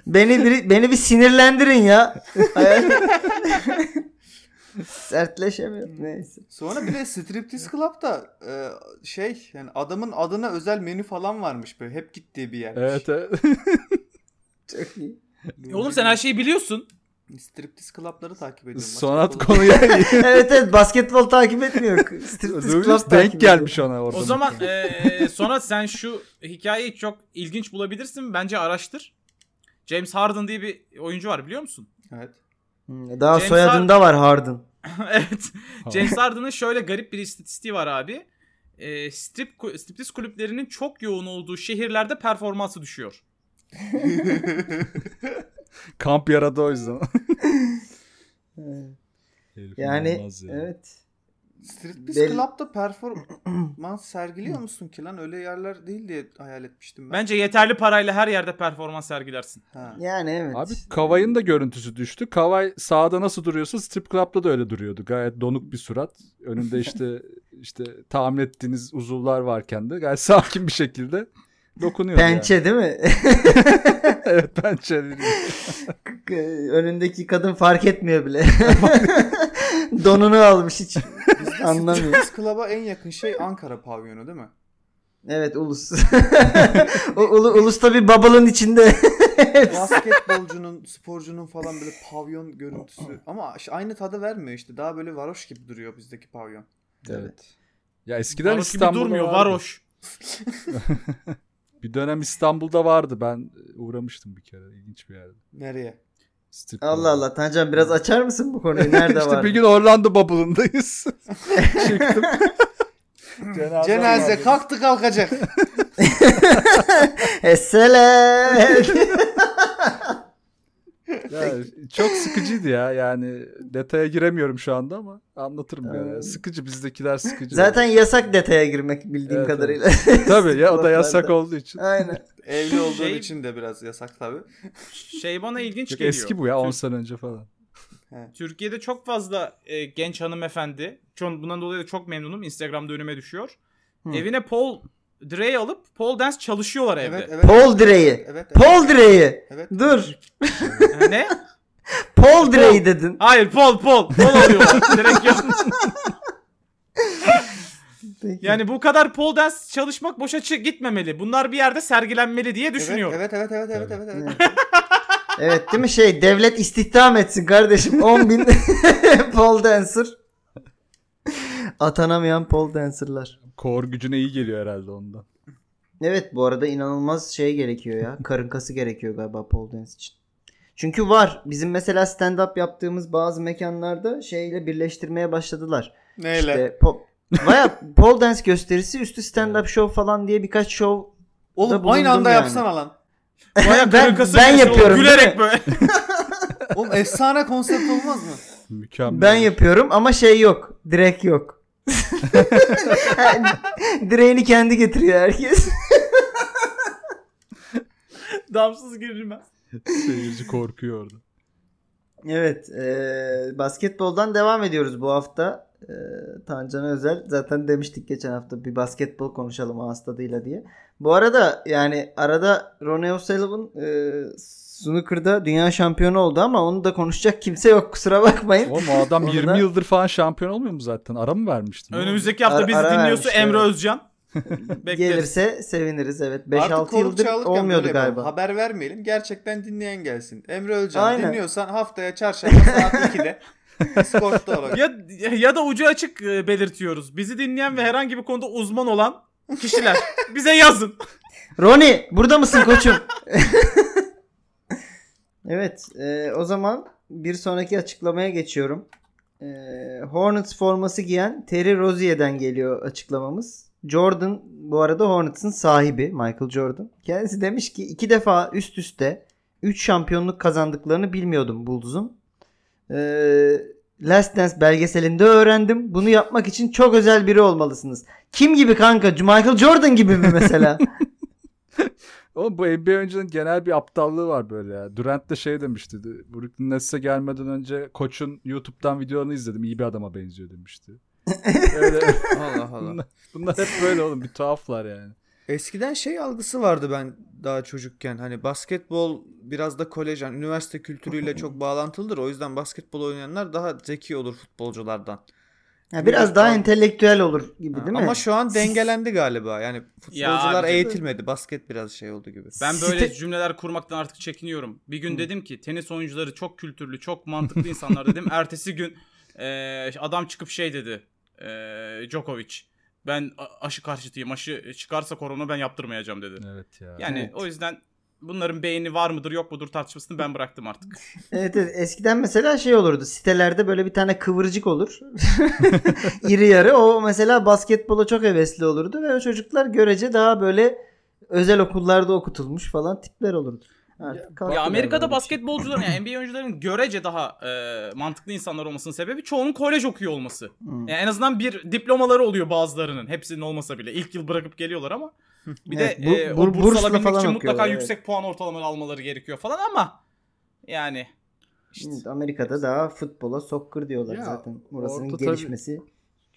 Speaker 3: Beni bir, beni bir sinirlendirin ya. Sertleşemiyorum. Neyse.
Speaker 4: Sonra bir de Striptease Club'da e, şey yani adamın adına özel menü falan varmış böyle hep gittiği bir yer.
Speaker 2: Evet,
Speaker 3: Şey,
Speaker 2: evet.
Speaker 3: Çok iyi.
Speaker 1: e, Oğlum sen her şeyi biliyorsun.
Speaker 4: Striptease Club'ları takip ediyorum. Başka
Speaker 2: Sonat
Speaker 4: kolay-
Speaker 2: konuya
Speaker 3: evet evet basketbol takip etmiyor. Striptiz
Speaker 2: Louis
Speaker 3: club takip
Speaker 2: denk
Speaker 3: ediyor.
Speaker 2: gelmiş ona orada.
Speaker 1: O zaman eee sonra sen şu hikayeyi çok ilginç bulabilirsin. Bence araştır. James Harden diye bir oyuncu var biliyor musun?
Speaker 4: Evet.
Speaker 3: Hmm, Daha
Speaker 1: James
Speaker 3: soyadında var Harden.
Speaker 1: evet.
Speaker 2: Ha.
Speaker 1: James Harden'ın şöyle garip bir istatistiği var abi. Eee strip ku- striptiz kulüplerinin çok yoğun olduğu şehirlerde performansı düşüyor.
Speaker 2: Kamp yaradı o yüzden. Herif
Speaker 3: Yani
Speaker 2: inanılmaz ya.
Speaker 3: evet.
Speaker 4: Striptease
Speaker 3: Bel-
Speaker 4: Club'da performans sergiliyor musun ki lan? Öyle yerler değil diye hayal etmiştim ben.
Speaker 1: Bence yeterli parayla her yerde performans sergilersin.
Speaker 4: Ha.
Speaker 3: Yani evet.
Speaker 2: Abi Kavay'ın da görüntüsü düştü. Kavay sağda nasıl duruyorsa strip club'da da öyle duruyordu. Gayet donuk bir surat. Önünde işte işte tahmin ettiğiniz uzuvlar varken de gayet sakin bir şekilde dokunuyor.
Speaker 3: Pençe değil mi?
Speaker 2: Yani. evet pençe. dedi.
Speaker 3: Önündeki kadın fark etmiyor bile. Donunu almış hiç. Anlamıyor.
Speaker 4: Striptease Club'a en yakın şey Ankara pavyonu değil mi?
Speaker 3: Evet ulus. U- ulu, ulus da bir bubble'ın içinde.
Speaker 4: Basketbolcunun, sporcunun falan böyle pavyon görüntüsü. Ama işte aynı tadı vermiyor işte. Daha böyle varoş gibi duruyor bizdeki pavyon.
Speaker 2: evet. Ya eskiden
Speaker 1: Varoş gibi
Speaker 2: İstanbul'da
Speaker 1: durmuyor
Speaker 2: vardı.
Speaker 1: varoş.
Speaker 2: Bir dönem İstanbul'da vardı. Ben e, uğramıştım bir kere. İlginç bir yerde.
Speaker 4: Nereye?
Speaker 2: Strip club.
Speaker 3: Allah Allah Tancan biraz açar mısın bu konuyu? Nerede
Speaker 2: işte
Speaker 3: var?
Speaker 2: bir gün Orlando Bubble'ındayız. Çıktım. Cenaze,
Speaker 4: Cenaze kalktı kalkacak.
Speaker 3: Esselam.
Speaker 2: Ya, çok sıkıcıydı ya yani detaya giremiyorum şu anda ama anlatırım yani.
Speaker 3: Evet.
Speaker 2: Sıkıcı bizdekiler sıkıcı.
Speaker 3: Ee, Zaten yasak detaya girmek bildiğim
Speaker 2: Evet,
Speaker 3: kadarıyla.
Speaker 2: tabii ya o da
Speaker 3: Sınıflarda.
Speaker 2: yasak olduğu için.
Speaker 3: Aynen.
Speaker 4: Evli olduğun
Speaker 1: Şey-
Speaker 4: için de biraz yasak tabii.
Speaker 1: Şey bana ilginç
Speaker 2: Çok
Speaker 1: geliyor.
Speaker 2: eski bu ya 10
Speaker 1: Tür-
Speaker 2: sene önce falan.
Speaker 1: Türkiye'de çok fazla e, genç hanımefendi. Çoğun bundan dolayı da çok memnunum. Instagram'da önüme düşüyor.
Speaker 3: Hı.
Speaker 1: Evine Paul Dre alıp Paul dance çalışıyorlar evde.
Speaker 4: Evet, evet.
Speaker 3: Paul direği.
Speaker 4: Evet, evet.
Speaker 3: Paul direği.
Speaker 4: Evet.
Speaker 3: Dur.
Speaker 1: Ha, ne?
Speaker 3: Paul direği dedin.
Speaker 1: Hayır Paul Paul. Paul alıyorlar. Direkt yok.
Speaker 3: Peki.
Speaker 1: Yani bu kadar pole dance çalışmak boşa çı- gitmemeli. Bunlar bir yerde sergilenmeli diye
Speaker 4: Evet,
Speaker 1: düşünüyorum.
Speaker 4: Evet, evet, evet, evet,
Speaker 2: Tabii.
Speaker 4: evet, evet.
Speaker 3: Evet değil mi şey devlet istihdam etsin kardeşim 10 bin pole dancer. Atanamayan pole dancerlar.
Speaker 2: Kor gücüne iyi geliyor herhalde ondan.
Speaker 3: Evet bu arada inanılmaz şey gerekiyor ya. Karın kası gerekiyor galiba pole dance için. Çünkü var. Bizim mesela stand up yaptığımız bazı mekanlarda şeyle birleştirmeye başladılar.
Speaker 4: Neyle?
Speaker 3: İşte pop Baya pole dance gösterisi üstü stand up show falan diye birkaç show. da
Speaker 4: Oğlum
Speaker 3: bulundum
Speaker 4: aynı anda
Speaker 3: yani.
Speaker 4: yapsana lan.
Speaker 1: Bayağı
Speaker 3: ben,
Speaker 1: karınkası
Speaker 3: ben
Speaker 1: yaşıyor,
Speaker 3: yapıyorum. değil mi?
Speaker 1: Gülerek böyle.
Speaker 4: Oğlum efsane konsept olmaz mı?
Speaker 2: Mükemmel.
Speaker 3: Ben yapıyorum ama şey yok. Direk yok. Direğini kendi getiriyor herkes.
Speaker 1: Damsız girilmez.
Speaker 2: Seyirci korkuyor orada.
Speaker 3: Evet. eee, basketboldan devam ediyoruz bu hafta. Eee Tancan'a özel. Zaten demiştik geçen hafta bir basketbol konuşalım ağız tadıyla diye. Bu arada yani arada Ronnie O'Sullivan eee snooker'da dünya şampiyonu oldu ama onu da konuşacak kimse yok. Kusura bakmayın.
Speaker 2: Oğlum o adam
Speaker 3: Orada-
Speaker 2: 20 yıldır falan şampiyon olmuyor mu zaten? Ara mı vermiştin?
Speaker 1: Önümüzdeki hafta
Speaker 3: Ara-
Speaker 1: bizi
Speaker 3: ara
Speaker 1: dinliyorsa
Speaker 3: vermişler.
Speaker 1: Emre Özcan. Bekleriz.
Speaker 3: Gelirse seviniriz. Evet.
Speaker 4: Artık
Speaker 3: 5-6
Speaker 4: konuk
Speaker 3: yıldır
Speaker 4: çalarken
Speaker 3: olmuyordu
Speaker 4: böyle yapalım.
Speaker 3: galiba.
Speaker 4: Haber vermeyelim. Gerçekten dinleyen gelsin. Emre Özcan
Speaker 3: Aynen.
Speaker 4: dinliyorsan haftaya çarşamba saat 2'de Discord'da olacak.
Speaker 1: Ya, ya da ucu açık e, belirtiyoruz. Bizi dinleyen ve herhangi bir konuda uzman olan kişiler bize yazın.
Speaker 3: Roni burada mısın koçum? evet e, o zaman bir sonraki açıklamaya geçiyorum. E, Hornets forması giyen Terry Rozier'den geliyor açıklamamız. Jordan bu arada Hornets'ın sahibi Michael Jordan. Kendisi demiş ki iki defa üst üste 3 şampiyonluk kazandıklarını bilmiyordum Bulls'un. Ee, Last Dance belgeselinde öğrendim. Bunu yapmak için çok özel biri olmalısınız. Kim gibi kanka? Michael Jordan gibi mi mesela?
Speaker 2: Oğlum bu NBA oyuncuların genel bir aptallığı var böyle ya. Durant de şey demişti. de- Brooklyn Nets'e gelmeden önce koçun YouTube'dan videolarını izledim. İyi bir adama benziyor demişti. Öyle-
Speaker 4: Allah Allah.
Speaker 2: bunlar, bunlar hep böyle oğlum. Bir tuhaflar yani.
Speaker 4: Eskiden şey algısı vardı ben daha çocukken. Hani basketbol biraz da kolej, yani üniversite kültürüyle çok bağlantılıdır. O yüzden basketbol oynayanlar daha zeki olur futbolculardan.
Speaker 3: Ya biraz daha entelektüel olur gibi
Speaker 4: Ha,
Speaker 3: değil mi?
Speaker 4: Ama şu an dengelendi galiba. Yani futbolcular
Speaker 1: abi.
Speaker 4: eğitilmedi. Basket biraz şey oldu gibi.
Speaker 1: Ben böyle
Speaker 3: Site-
Speaker 1: cümleler kurmaktan artık çekiniyorum. Bir gün dedim ki tenis oyuncuları çok kültürlü, çok mantıklı insanlar dedim. Ertesi gün e, adam çıkıp şey dedi. E, Djokovic ben a- aşı karşıtıyım. Aşı çıkarsa korona ben yaptırmayacağım dedi.
Speaker 2: Evet ya.
Speaker 1: Yani
Speaker 3: Evet.
Speaker 1: o yüzden bunların beğeni var mıdır yok mudur tartışmasını ben bıraktım artık.
Speaker 3: Evet, evet. eskiden mesela şey olurdu. Sitelerde böyle bir tane kıvırcık olur. İri yarı. O mesela basketbola çok hevesli olurdu ve o çocuklar görece daha böyle özel okullarda okutulmuş falan tipler olurdu. Artık kalktı
Speaker 1: ya
Speaker 3: galiba öyle
Speaker 1: Amerika'da
Speaker 3: bir şey.
Speaker 1: basketbolcuların yani NBA oyuncuların görece daha e, mantıklı insanlar olmasının sebebi çoğunun kolej okuyor olması.
Speaker 3: Hmm.
Speaker 1: Yani en azından bir diplomaları oluyor bazılarının. Hepsinin olmasa bile. ilk yıl bırakıp geliyorlar ama bir
Speaker 3: Evet,
Speaker 1: de
Speaker 3: bu-
Speaker 1: e,
Speaker 3: bu-
Speaker 1: o burs
Speaker 3: bursla
Speaker 1: alabilmek
Speaker 3: falan
Speaker 1: için mutlaka
Speaker 3: okuyorlar, evet.
Speaker 1: yüksek puan ortalamaları almaları gerekiyor falan ama yani işte
Speaker 3: Şimdi Amerika'da daha futbola soccer diyorlar
Speaker 2: Ya,
Speaker 3: zaten. Burasının
Speaker 2: orada tabii-
Speaker 3: gelişmesi.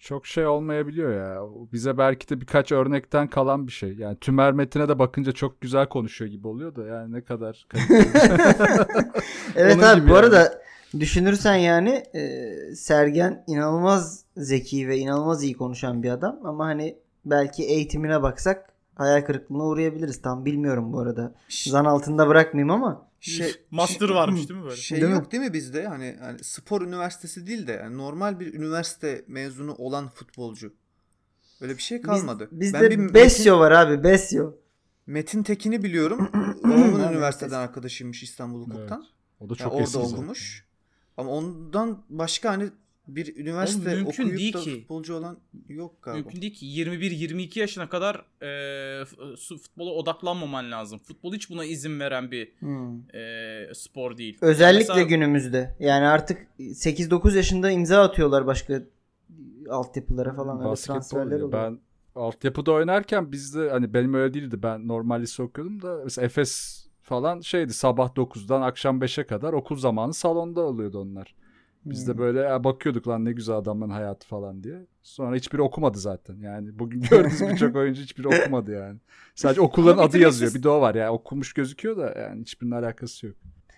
Speaker 2: Çok şey olmayabiliyor ya. O Bize belki de birkaç örnekten kalan bir şey. Yani tümer metine de bakınca çok güzel konuşuyor gibi oluyor da yani ne kadar kaliteli.
Speaker 3: Evet
Speaker 2: Onun
Speaker 3: abi
Speaker 2: gibi
Speaker 3: bu
Speaker 2: yani.
Speaker 3: arada düşünürsen yani e, Sergen inanılmaz zeki ve inanılmaz iyi konuşan bir adam ama hani belki eğitimine baksak hayal kırıklığına uğrayabiliriz. Tam bilmiyorum bu arada. Zan altında bırakmayayım ama
Speaker 4: Şey,
Speaker 1: master varmış değil mi böyle?
Speaker 4: Şey
Speaker 3: Değil mi?
Speaker 4: yok değil mi bizde? Hani, hani spor üniversitesi değil de yani normal bir üniversite mezunu olan futbolcu. Öyle bir şey kalmadı.
Speaker 3: Biz, bizde
Speaker 4: ben bir Metin,
Speaker 3: Besyo var abi Besyo.
Speaker 4: Metin Tekin'i biliyorum.
Speaker 3: Evet,
Speaker 4: Babamın üniversiteden arkadaşıymış İstanbul Hukuk'tan.
Speaker 2: Evet. O da
Speaker 4: Yani
Speaker 2: çok eski
Speaker 4: orada
Speaker 2: zaten.
Speaker 4: okumuş. Ama ondan başka hani bir üniversite
Speaker 1: Oğlum mümkün
Speaker 4: okuyup
Speaker 1: değil
Speaker 4: da
Speaker 1: ki.
Speaker 4: futbolcu olan yok galiba.
Speaker 1: Mümkün değil ki 21-22 yaşına kadar e, f- su- futbola odaklanmaman lazım. Futbol hiç buna izin veren bir e, spor değil.
Speaker 3: Özellikle
Speaker 1: Mesela-
Speaker 3: günümüzde. Yani artık 8-9 yaşında imza atıyorlar başka altyapılara falan öyle
Speaker 2: Basketbol
Speaker 3: transferler
Speaker 2: ya.
Speaker 3: oluyor.
Speaker 2: Ben altyapıda oynarken bizde hani benim öyle değildi. Ben normal lise okuyordum da mesela Efes falan şeydi sabah 9'dan akşam 5'e kadar okul zamanı salonda oluyordu onlar. Biz
Speaker 3: Hmm.
Speaker 2: de böyle "Ya bakıyorduk lan ne güzel adamın hayatı falan diye. Sonra hiçbiri okumadı zaten. Yani bugün gördüğünüz birçok oyuncu hiçbiri okumadı yani. Sadece okulların
Speaker 1: Ama
Speaker 2: adı yazıyor.
Speaker 1: yeteneksiz-
Speaker 2: Bir de o var yani okumuş gözüküyor da yani hiçbirinin alakası yok.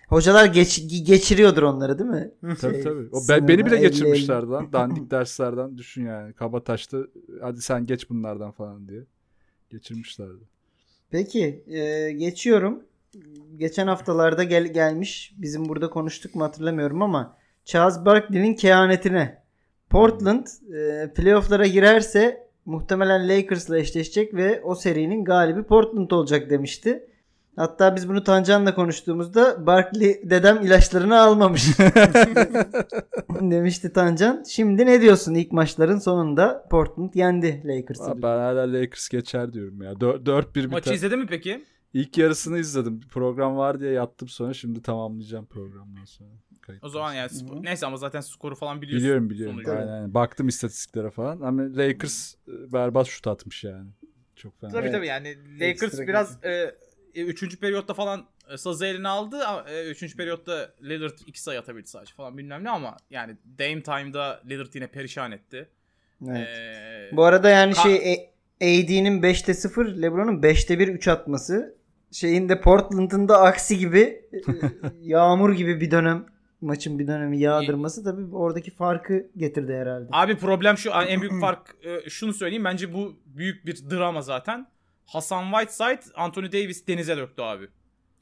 Speaker 3: Hocalar geç, geçiriyordur onları değil mi?
Speaker 2: Tabii
Speaker 3: Şey,
Speaker 2: tabii. O ben,
Speaker 3: sınırda
Speaker 2: beni bile
Speaker 3: elli elli.
Speaker 2: geçirmişlerdi lan. Dandik derslerden düşün yani. Kabataş'ta hadi sen geç bunlardan falan diye. Geçirmişlerdi.
Speaker 3: Peki e, geçiyorum. Geçen haftalarda gel gelmiş. Bizim burada konuştuk mu hatırlamıyorum ama Charles Barkley'nin kehanetine. Portland e, playofflara girerse muhtemelen Lakers'la eşleşecek ve o serinin galibi Portland olacak demişti. Hatta biz bunu Tancan'la konuştuğumuzda Barkley dedem ilaçlarını almamış demişti Tancan. Şimdi ne diyorsun ilk maçların sonunda Portland yendi Lakers'ı.
Speaker 2: Aa, Ben hala Lakers geçer diyorum ya. Dör- 4-1
Speaker 1: Maçı
Speaker 2: biter.
Speaker 1: izledin mi peki?
Speaker 2: İlk yarısını izledim. Program var diye yattım sonra. Şimdi tamamlayacağım programdan sonra. Kayıt
Speaker 1: O zaman
Speaker 2: olsun.
Speaker 1: yani spor- neyse ama zaten skoru falan biliyorsun.
Speaker 2: Biliyorum biliyorum.
Speaker 1: sonucu.
Speaker 2: Aynen, aynen. Baktım istatistiklere falan. Ama Lakers e, berbat şut atmış yani. Çok fena.
Speaker 1: Tabii
Speaker 3: Evet.
Speaker 1: tabii yani Lakers
Speaker 3: Ekstra
Speaker 1: biraz e, e, üçüncü periyotta falan e, sazı eline aldı. ama, e, Üçüncü periyotta Lillard iki sayı atabildi sadece falan bilmem ne ama yani Dame Time'da Lillard yine perişan etti.
Speaker 3: Evet.
Speaker 1: Ee,
Speaker 3: Bu arada yani
Speaker 1: Ka-
Speaker 3: şey e- AD'nin 5'te 0, LeBron'un 5'te 1 3 atması şeyin de Portland'ın da aksi gibi e, yağmur gibi bir dönem maçın bir dönemi yağdırması tabii oradaki farkı getirdi herhalde.
Speaker 1: Abi problem şu en büyük fark e, şunu söyleyeyim bence bu büyük bir drama zaten. Hasan Whiteside Anthony Davis denize döktü abi.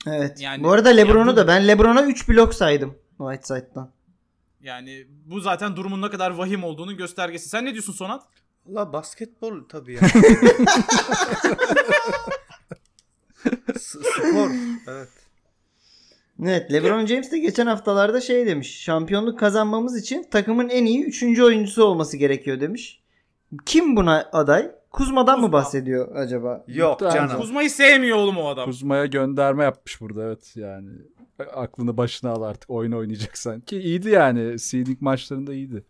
Speaker 3: Evet.
Speaker 1: yani-
Speaker 3: bu arada LeBron'u
Speaker 1: Ya bu-
Speaker 3: da ben LeBron'a 3 blok saydım Whiteside'dan.
Speaker 1: Yani bu zaten durumun ne kadar vahim olduğunun göstergesi. Sen ne diyorsun Sonat?
Speaker 4: La basketbol tabii ya. S- Skor. Evet.
Speaker 3: Evet LeBron James de geçen haftalarda şey demiş. Şampiyonluk kazanmamız için takımın en iyi 3. oyuncusu olması gerekiyor demiş. Kim buna aday? Kuzma'dan mı
Speaker 1: Kuzma.
Speaker 3: bahsediyor acaba?
Speaker 4: Yok
Speaker 2: Muhtemelen
Speaker 4: canım.
Speaker 1: Kuzma'yı sevmiyor oğlum o adam.
Speaker 2: Kuzma'ya gönderme yapmış burada evet yani. Aklını başına al artık oyun oynayacaksan. Ki iyiydi yani. Seeding maçlarında iyiydi.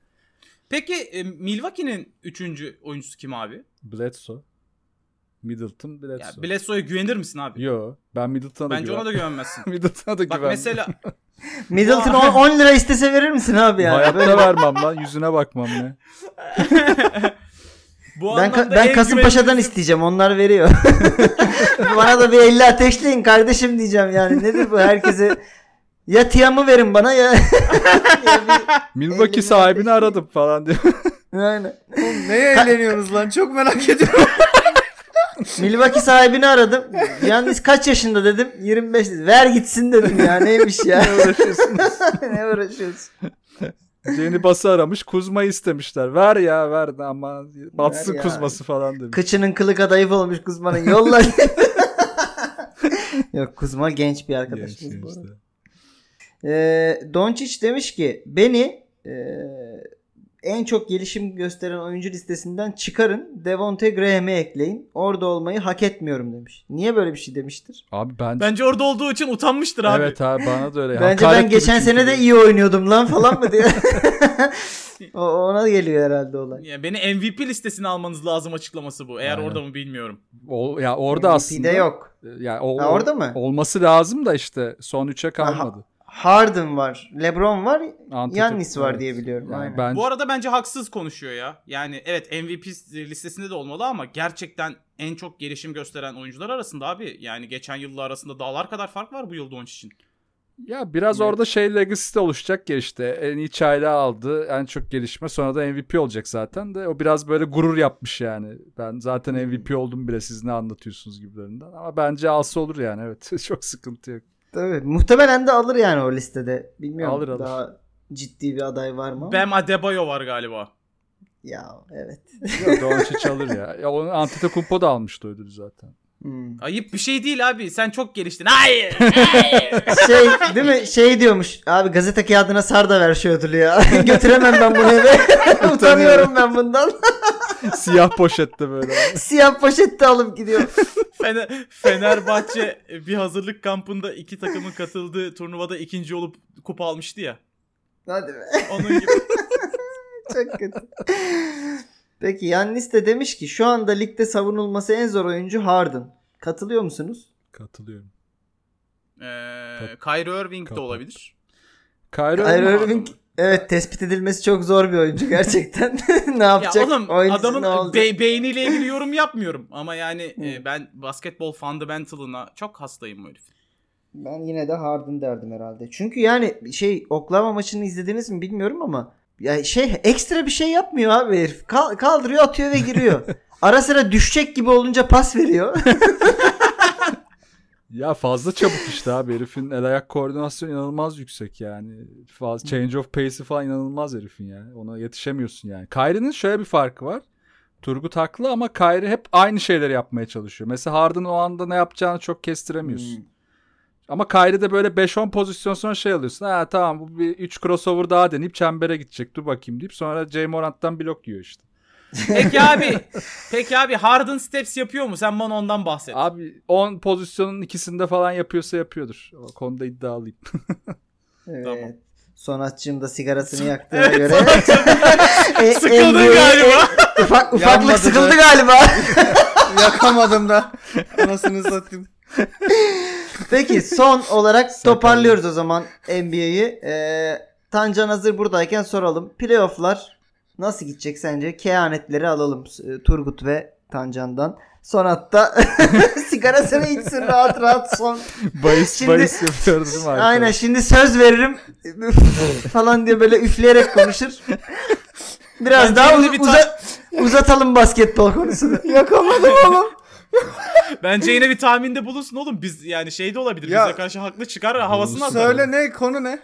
Speaker 1: Peki e, Milwaukee'nin 3. oyuncusu kim abi?
Speaker 2: Bledsoe. Middleton
Speaker 1: Ya,
Speaker 2: Bledsoe.
Speaker 1: Bledsoe'ya güvenir misin abi?
Speaker 2: Yo ben Middleton'a da
Speaker 1: Bence ona da güvenmezsin.
Speaker 2: Middleton'a da
Speaker 1: Bak
Speaker 2: güvendim.
Speaker 1: mesela
Speaker 3: Middleton 10 lira istese verir misin abi yani?
Speaker 2: Hayatta vermem lan. Yüzüne bakmam ne.
Speaker 1: bu
Speaker 3: Ben,
Speaker 1: anlamda
Speaker 3: Ka- ben
Speaker 1: en
Speaker 3: Kasımpaşa'dan
Speaker 1: güvenilir-
Speaker 3: isteyeceğim. Onlar veriyor. bana da bir 50 ateşleyin kardeşim diyeceğim yani. Nedir bu herkese? Ya Tiam'ı verin bana ya.
Speaker 2: Milwaukee
Speaker 3: Elini
Speaker 2: sahibini
Speaker 3: ateşle.
Speaker 2: aradım falan diye.
Speaker 3: Aynen.
Speaker 4: Oğlum neye eğleniyorsunuz lan? Çok merak ediyorum.
Speaker 3: Milwaukee sahibini aradım. Yalnız kaç yaşında dedim. 25 dedi. Ver gitsin dedim ya. Neymiş ya.
Speaker 2: Ne uğraşıyorsunuz?
Speaker 3: ne uğraşıyorsun?
Speaker 2: Jenny Bas'ı aramış. Kuzma istemişler. Ver ya ver de ama batsın
Speaker 3: ya.
Speaker 2: kuzması falan demiş.
Speaker 3: Kıçının kılı kadayıf olmuş Kuzma'nın. Yolla. Yok Kuzma genç bir arkadaşımız
Speaker 2: Gençliğim
Speaker 3: bu arada.
Speaker 2: işte.
Speaker 3: Ee, Doncic demiş ki beni e, en çok gelişim gösteren oyuncu listesinden çıkarın. Devonte Graham'e ekleyin. Orada olmayı hak etmiyorum demiş. Niye böyle bir şey demiştir?
Speaker 2: Abi ben
Speaker 1: Bence orada olduğu için utanmıştır abi.
Speaker 2: Evet abi bana da öyle.
Speaker 3: Bence
Speaker 2: E,
Speaker 3: ben
Speaker 2: Hakaret gibi
Speaker 3: geçen
Speaker 2: çünkü
Speaker 3: sene
Speaker 2: bu.
Speaker 3: de iyi oynuyordum lan falan mı diye. O- ona geliyor herhalde olay.
Speaker 1: Yani beni MVP listesine almanız lazım açıklaması bu. Eğer
Speaker 2: Aynen.
Speaker 1: orada mı bilmiyorum.
Speaker 2: O, ya orada
Speaker 3: MVP'de
Speaker 2: aslında
Speaker 3: yok.
Speaker 2: Ya o-
Speaker 3: Ha, orada mı?
Speaker 2: Olması lazım da işte son 3'e kalmadı.
Speaker 3: Harden var. Lebron var.
Speaker 2: Antetokounmpo-
Speaker 3: Yannis var
Speaker 2: evet.
Speaker 3: diye biliyorum.
Speaker 2: Yani
Speaker 3: Aynen.
Speaker 2: ben
Speaker 1: Bu arada bence haksız konuşuyor ya. Yani evet MVP listesinde de olmalı ama gerçekten en çok gelişim gösteren oyuncular arasında abi. Yani geçen yılla arasında dağlar kadar fark var bu yıl Doncic için.
Speaker 2: ya biraz
Speaker 4: Evet.
Speaker 2: orada şey legacy de oluşacak ya işte. En iyi çaylağı aldı, en çok gelişme, sonra da MVP olacak zaten de o biraz böyle gurur yapmış yani. Ben zaten
Speaker 3: Hmm.
Speaker 2: MVP oldum bile siz ne anlatıyorsunuz gibilerinden. Ama bence alsa olur yani evet. çok sıkıntı yok.
Speaker 3: Tabii. Muhtemelen de alır yani o listede. Bilmiyorum
Speaker 2: Alır, alır.
Speaker 3: daha ciddi bir aday var mı? ama-
Speaker 1: Bam Adebayo var galiba.
Speaker 3: Ya evet.
Speaker 2: Yok Doncic alır ya. Ya onu Antetokounmpo da almıştı ödülü zaten.
Speaker 3: Hmm.
Speaker 1: Ayıp bir şey değil abi. Sen çok geliştin. Hayır.
Speaker 3: şey değil mi şey diyormuş abi gazete kağıdına sar da ver şu ödülü ya götüremem ben bunu eve utanıyorum ben bundan
Speaker 2: Siyah poşette böyle.
Speaker 3: siyah poşette alıp gidiyor
Speaker 1: Fener- Fenerbahçe e, bir hazırlık kampında iki takımın katıldığı turnuvada ikinci olup kupa almıştı ya.
Speaker 3: hadi be
Speaker 1: Onun gibi.
Speaker 3: çok kötü peki Yannis de demiş ki şu anda ligde savunulması en zor oyuncu Harden katılıyor musunuz?
Speaker 2: Katılıyorum.
Speaker 1: Ee, Kyrie Irving de
Speaker 2: Kapat.
Speaker 1: olabilir.
Speaker 2: Kyrie Irving-
Speaker 3: Kyrie
Speaker 1: Harden
Speaker 3: Irving
Speaker 1: mı?
Speaker 3: evet tespit edilmesi çok zor bir oyuncu gerçekten ne yapacak
Speaker 1: Ya oğlum
Speaker 3: Oyuncusu ne
Speaker 1: adamın
Speaker 3: olacak? Hmm.
Speaker 1: be- beyniyle ilgili yorum yapmıyorum ama yani
Speaker 3: Hı.
Speaker 1: e, ben basketbol fundamentalına çok hastayım bu herifin.
Speaker 3: Ben yine de Harden derdim herhalde. Çünkü yani şey Oklahoma maçını izlediniz mi bilmiyorum ama ya şey ekstra bir şey yapmıyor abi herif. Kal- kaldırıyor atıyor ve giriyor. Ara sıra düşecek gibi olunca pas veriyor.
Speaker 2: Ya fazla çabuk işte abi herifin el ayak koordinasyonu inanılmaz yüksek yani. Faz, change of pace'i falan inanılmaz herifin ya. Ona yetişemiyorsun yani. Kyrie'nin şöyle bir farkı var. Turgut haklı ama Kyrie hep aynı şeyleri yapmaya çalışıyor. Mesela Harden o anda ne yapacağını çok kestiremiyorsun. Ama Kyrie'de böyle 5-10 pozisyon sonra şey alıyorsun. Ha tamam bu bir 3 crossover daha deneyip çembere gidecek. Dur bakayım deyip sonra J. Morant'tan blok yiyor işte.
Speaker 1: Peki abi, peki abi Harden steps yapıyor mu? Sen bana ondan bahset.
Speaker 2: Abi 10 pozisyonun ikisinde falan yapıyorsa yapıyordur. O konuda iddialıyım.
Speaker 3: Evet.
Speaker 1: Tamam.
Speaker 3: Sonatçığım da sigarasını yaktığına göre. E,
Speaker 1: Sıkıldın
Speaker 3: NBA'ye
Speaker 1: galiba.
Speaker 3: Ufak,
Speaker 4: Yanmadı
Speaker 3: ufaklık
Speaker 4: da.
Speaker 3: sıkıldı galiba.
Speaker 4: Yakamadım da. Anasını satayım.
Speaker 3: Peki son olarak toparlıyoruz o zaman NBA'yi. Ee, Tancan hazır buradayken soralım. Playoff'lar nasıl gidecek sence? Kehanetleri alalım e, Turgut ve Tancan'dan. Son hatta sigarasını içsin rahat rahat son.
Speaker 2: Bayis
Speaker 3: Şimdi-
Speaker 2: bayis yapıyoruz değil mi arkadaşlar?
Speaker 3: Aynen şimdi söz veririm falan diye böyle üfleyerek konuşur. Biraz
Speaker 1: Bence
Speaker 3: daha
Speaker 1: yine
Speaker 3: uz-
Speaker 1: bir
Speaker 3: uza- uzatalım basketbol konusunu. Yok olmadı mı oğlum.
Speaker 1: Bence yine bir tahminde bulunsun oğlum. Biz yani şey de olabilir.
Speaker 4: Ya-
Speaker 1: bize karşı haklı çıkar havasını atar.
Speaker 4: Söyle ne? Konu ne?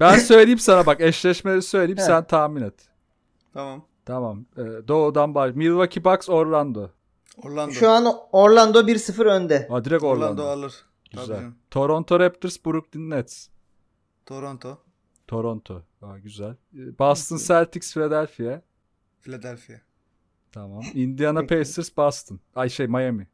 Speaker 2: Ben söyleyeyim sana bak eşleşmeleri söyleyeyim
Speaker 3: He.
Speaker 2: sen tahmin et. e,
Speaker 4: Tamam.
Speaker 2: Tamam. Ee, doğudan baş. Milwaukee Bucks Orlando.
Speaker 4: Orlando.
Speaker 3: Şu an Orlando 1-0 önde.
Speaker 2: Ha, direkt
Speaker 4: Orlando,
Speaker 2: Orlando.
Speaker 4: alır. Tabii
Speaker 2: Güzel.
Speaker 4: canım.
Speaker 2: Toronto Raptors, Brooklyn Nets.
Speaker 4: Toronto,
Speaker 2: Toronto. Ha, güzel. Ee, Boston Celtics, Philadelphia.
Speaker 4: Philadelphia.
Speaker 2: Tamam. Indiana
Speaker 3: Peki.
Speaker 2: Pacers, Boston. Ay şey Miami.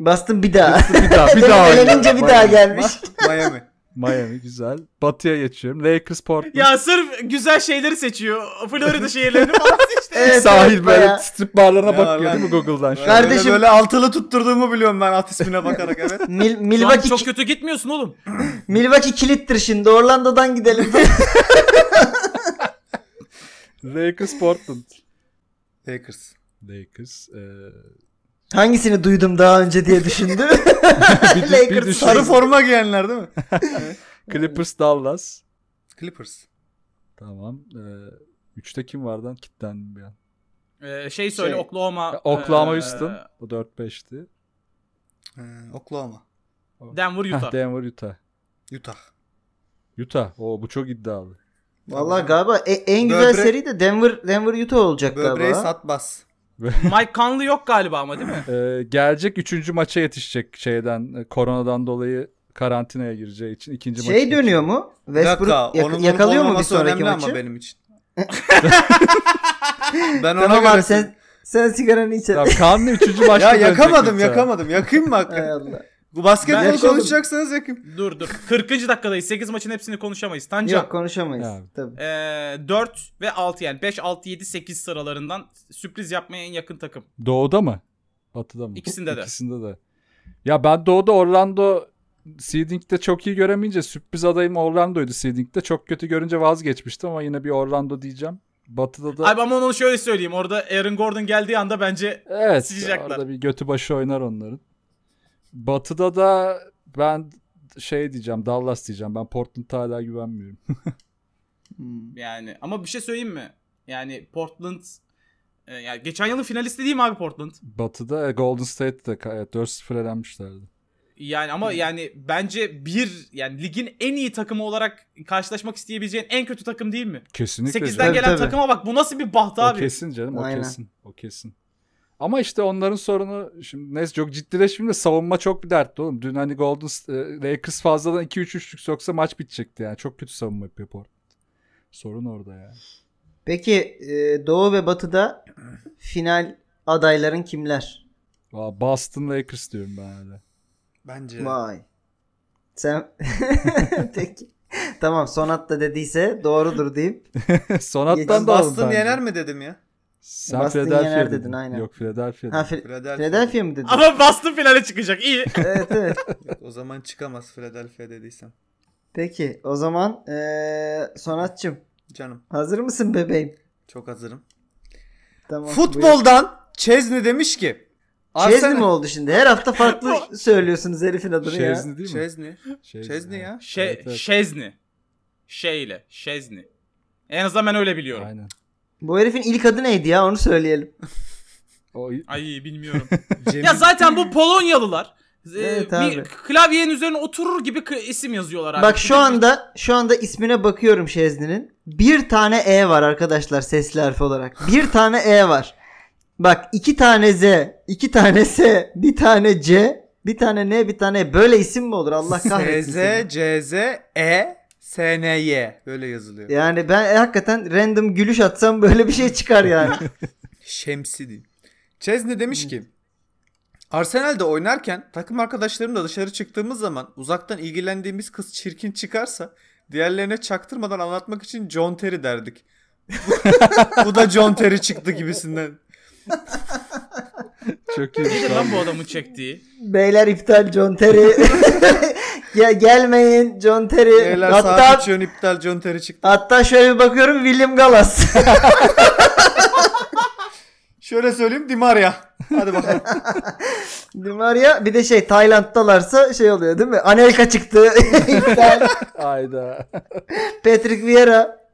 Speaker 3: Bastım bir daha.
Speaker 2: Bir daha, bir daha.
Speaker 3: Elenince bir daha
Speaker 2: Miami.
Speaker 3: gelmiş.
Speaker 4: Miami.
Speaker 2: Miami güzel. Batı'ya geçiyorum. Lakers, Portland.
Speaker 1: Ya sırf güzel şeyleri seçiyor. Florida şehirlerini falan seçti.
Speaker 3: Evet,
Speaker 2: Sahil
Speaker 3: evet,
Speaker 2: böyle
Speaker 3: bayağı.
Speaker 2: strip barlarına
Speaker 4: Ya
Speaker 2: bakıyor
Speaker 4: lan.
Speaker 2: değil mi Google'dan şu an?
Speaker 3: Kardeşim-
Speaker 4: Böyle, böyle altılı tutturduğumu biliyorum ben at ismine bakarak evet.
Speaker 3: Mil-
Speaker 1: Şu an
Speaker 3: Milwaukee,
Speaker 1: çok kötü gitmiyorsun oğlum.
Speaker 3: Milwaukee kilittir şimdi. Orlando'dan gidelim.
Speaker 2: Lakers, Portland.
Speaker 4: Lakers.
Speaker 2: Lakers. e, eee,
Speaker 3: Hangisini duydum daha önce diye düşündüm.
Speaker 2: bir, dü- bir
Speaker 3: Lakers
Speaker 2: düşün.
Speaker 4: Sarı forma giyenler değil mi?
Speaker 2: Clippers, Dallas.
Speaker 4: Clippers.
Speaker 2: Tamam. eee, üçte kim var lan? Kitlendim bir an.
Speaker 1: Ee, şey söyle
Speaker 3: Şey,
Speaker 1: Oklahoma.
Speaker 2: e, Oklahoma,
Speaker 1: ee,
Speaker 2: Houston. Bu 4-5'ti.
Speaker 4: Ee, Oklahoma.
Speaker 1: Denver, Utah.
Speaker 2: Denver, Utah.
Speaker 4: Utah.
Speaker 2: Utah. Oo bu çok iddialı.
Speaker 3: Vallahi galiba e- en güzel
Speaker 4: Böbrek-
Speaker 3: seri de Denver Denver Utah olacak
Speaker 4: Böbreği
Speaker 3: galiba.
Speaker 4: sat bas.
Speaker 1: Mike Conley yok galiba ama değil mi?
Speaker 2: Ee, gelecek üçüncü maça yetişecek şeyden e, koronadan dolayı karantinaya gireceği için ikinci maçı
Speaker 3: Şey dönüyor mu?
Speaker 4: Bir dakika,
Speaker 3: Westbrook yak-
Speaker 4: onun olup
Speaker 3: yakalıyor mu bir
Speaker 4: olmaması
Speaker 3: sonraki
Speaker 4: önemli
Speaker 3: maçı?
Speaker 4: Ama benim için. ben ona
Speaker 3: Tamam
Speaker 4: göre...
Speaker 3: abi sen sen sigaranı iç.
Speaker 2: Tamam, Kanlı üçüncü maçta
Speaker 4: Ya
Speaker 2: dönecek
Speaker 4: yakamadım
Speaker 2: Utah.
Speaker 4: yakamadım. Yakayım mı
Speaker 3: Hay
Speaker 4: hakikaten?
Speaker 3: Allah.
Speaker 4: Bu basketbol
Speaker 3: Ben-
Speaker 4: konuşacaksanız yakayım.
Speaker 1: Dur dur. 40. dakikadayız. 8 maçın hepsini konuşamayız. Tancan.
Speaker 3: Yok konuşamayız.
Speaker 2: Ya.
Speaker 3: Tabii.
Speaker 1: Ee, 4 ve 6 yani 5, 6, 7, 8 sıralarından sürpriz yapmaya en yakın takım.
Speaker 2: Doğuda mı? Batıda mı?
Speaker 1: İkisinde de.
Speaker 2: İkisinde de. Ya ben doğuda Orlando seeding'de çok iyi göremeyince sürpriz adayım Orlando'ydu seeding'de. Çok kötü görünce vazgeçmiştim ama yine bir Orlando diyeceğim. Batıda da
Speaker 1: Abi ama onu şöyle söyleyeyim. Orada Aaron Gordon geldiği anda bence
Speaker 2: Evet.
Speaker 1: Sıcaklar.
Speaker 2: Orada bir götü başı oynar onların. Batı'da da ben şey diyeceğim Dallas diyeceğim. Ben Portland'a hala güvenmiyorum.
Speaker 3: Hmm.
Speaker 1: yani ama bir şey söyleyeyim mi? Yani Portland e, yani geçen yılın finalisti değil mi abi Portland?
Speaker 2: Batı'da e, Golden State'de ka- evet, 4-0 elenmişlerdi.
Speaker 1: Yani ama yani bence bir yani ligin en iyi takımı olarak karşılaşmak isteyebileceğin en kötü takım değil mi?
Speaker 2: Kesinlikle.
Speaker 1: 8'den
Speaker 2: canım.
Speaker 3: Tabii,
Speaker 1: gelen
Speaker 3: tabii.
Speaker 1: takıma bak bu nasıl bir baht
Speaker 2: O
Speaker 1: abi.
Speaker 2: kesin canım o
Speaker 3: Aynen.
Speaker 2: kesin. O kesin. Ama işte onların sorunu şimdi neyse çok ciddileşmeyeyim de savunma çok bir dertti oğlum. Dün hani Golden St- e, Lakers fazladan 2-3 üçlük soksa maç bitecekti yani. Çok kötü savunma yapıyor Portland. Sorun orada ya.
Speaker 3: Peki e, Doğu ve Batı'da final adayların kimler?
Speaker 2: Valla Boston Lakers diyorum ben hala.
Speaker 4: Bence.
Speaker 3: Vay. Sen Peki. Tamam Sonat da dediyse doğrudur deyip
Speaker 2: Sonattan
Speaker 3: Geçen
Speaker 2: da alın
Speaker 4: Boston
Speaker 2: bence.
Speaker 4: yener mi dedim ya?
Speaker 2: Sen
Speaker 3: Boston
Speaker 2: Philadelphia
Speaker 3: yener
Speaker 2: dedin.
Speaker 3: dedin, aynen.
Speaker 2: Yok Philadelphia.
Speaker 3: ha
Speaker 2: dedin.
Speaker 3: Fil-
Speaker 4: Philadelphia.
Speaker 3: Philadelphia mı dedin?
Speaker 1: Ama Boston finale çıkacak. iyi.
Speaker 3: evet evet.
Speaker 4: Yok, o zaman çıkamaz Philadelphia dediysem.
Speaker 3: Peki o zaman eee Sonatçım
Speaker 4: Canım
Speaker 3: hazır mısın bebeğim?
Speaker 4: çok hazırım.
Speaker 3: Tamam. buyur.
Speaker 4: Futboldan Chesney demiş ki.
Speaker 3: Chesney mi oldu şimdi? Her hafta farklı söylüyorsunuz herifin adını ya.
Speaker 2: Chesney değil mi?
Speaker 4: Chesney.
Speaker 2: Chesney,
Speaker 4: Chesney
Speaker 2: ha.
Speaker 4: ya.
Speaker 1: Şey,
Speaker 2: Evet, evet.
Speaker 1: Şezni. Şeyle. Şezni. En azından ben öyle biliyorum.
Speaker 2: Aynen.
Speaker 3: Bu herifin ilk adı neydi ya onu söyleyelim.
Speaker 2: O
Speaker 1: Ay bilmiyorum.
Speaker 4: Cemil.
Speaker 1: ya zaten bu Polonyalılar. Ee,
Speaker 3: Evet
Speaker 1: bir
Speaker 3: abi.
Speaker 1: klavyenin üzerine oturur gibi kı- isim yazıyorlar abi.
Speaker 3: Bak şu
Speaker 1: Bir-
Speaker 3: anda şu anda ismine bakıyorum Şezni'nin. Bir tane E var arkadaşlar sesli harf olarak. Bir tane E var. Bak iki tane Z, iki tane S, bir tane C, bir tane N, bir tane E. Böyle isim mi olur? Allah kahretsin.
Speaker 4: SZ,
Speaker 3: seni.
Speaker 4: CZ, E, SNY. Böyle yazılıyor.
Speaker 3: Yani ben e, hakikaten random gülüş atsam böyle bir şey çıkar yani.
Speaker 4: Şemsi diyeyim. Chesney demiş ki Arsenal'de oynarken takım arkadaşlarımla dışarı çıktığımız zaman uzaktan ilgilendiğimiz kız çirkin çıkarsa diğerlerine çaktırmadan anlatmak için John Terry derdik. bu da John Terry çıktı gibisinden.
Speaker 2: çok
Speaker 1: Nedir
Speaker 2: iyi.
Speaker 1: lan bu adamın çektiği?
Speaker 3: Beyler iptal John Terry. ya gelmeyin John Terry.
Speaker 4: Beyler
Speaker 3: hatta
Speaker 4: saat 3 yön iptal John Terry çıktı.
Speaker 3: hatta şöyle bir bakıyorum William Gallas.
Speaker 4: Şöyle söyleyeyim Dimaria. Hadi bakalım.
Speaker 3: Di Maria bir de şey Tayland'dalarsa şey oluyor değil mi? Anelka çıktı. İptal.
Speaker 2: Ayda.
Speaker 3: Patrick Vieira.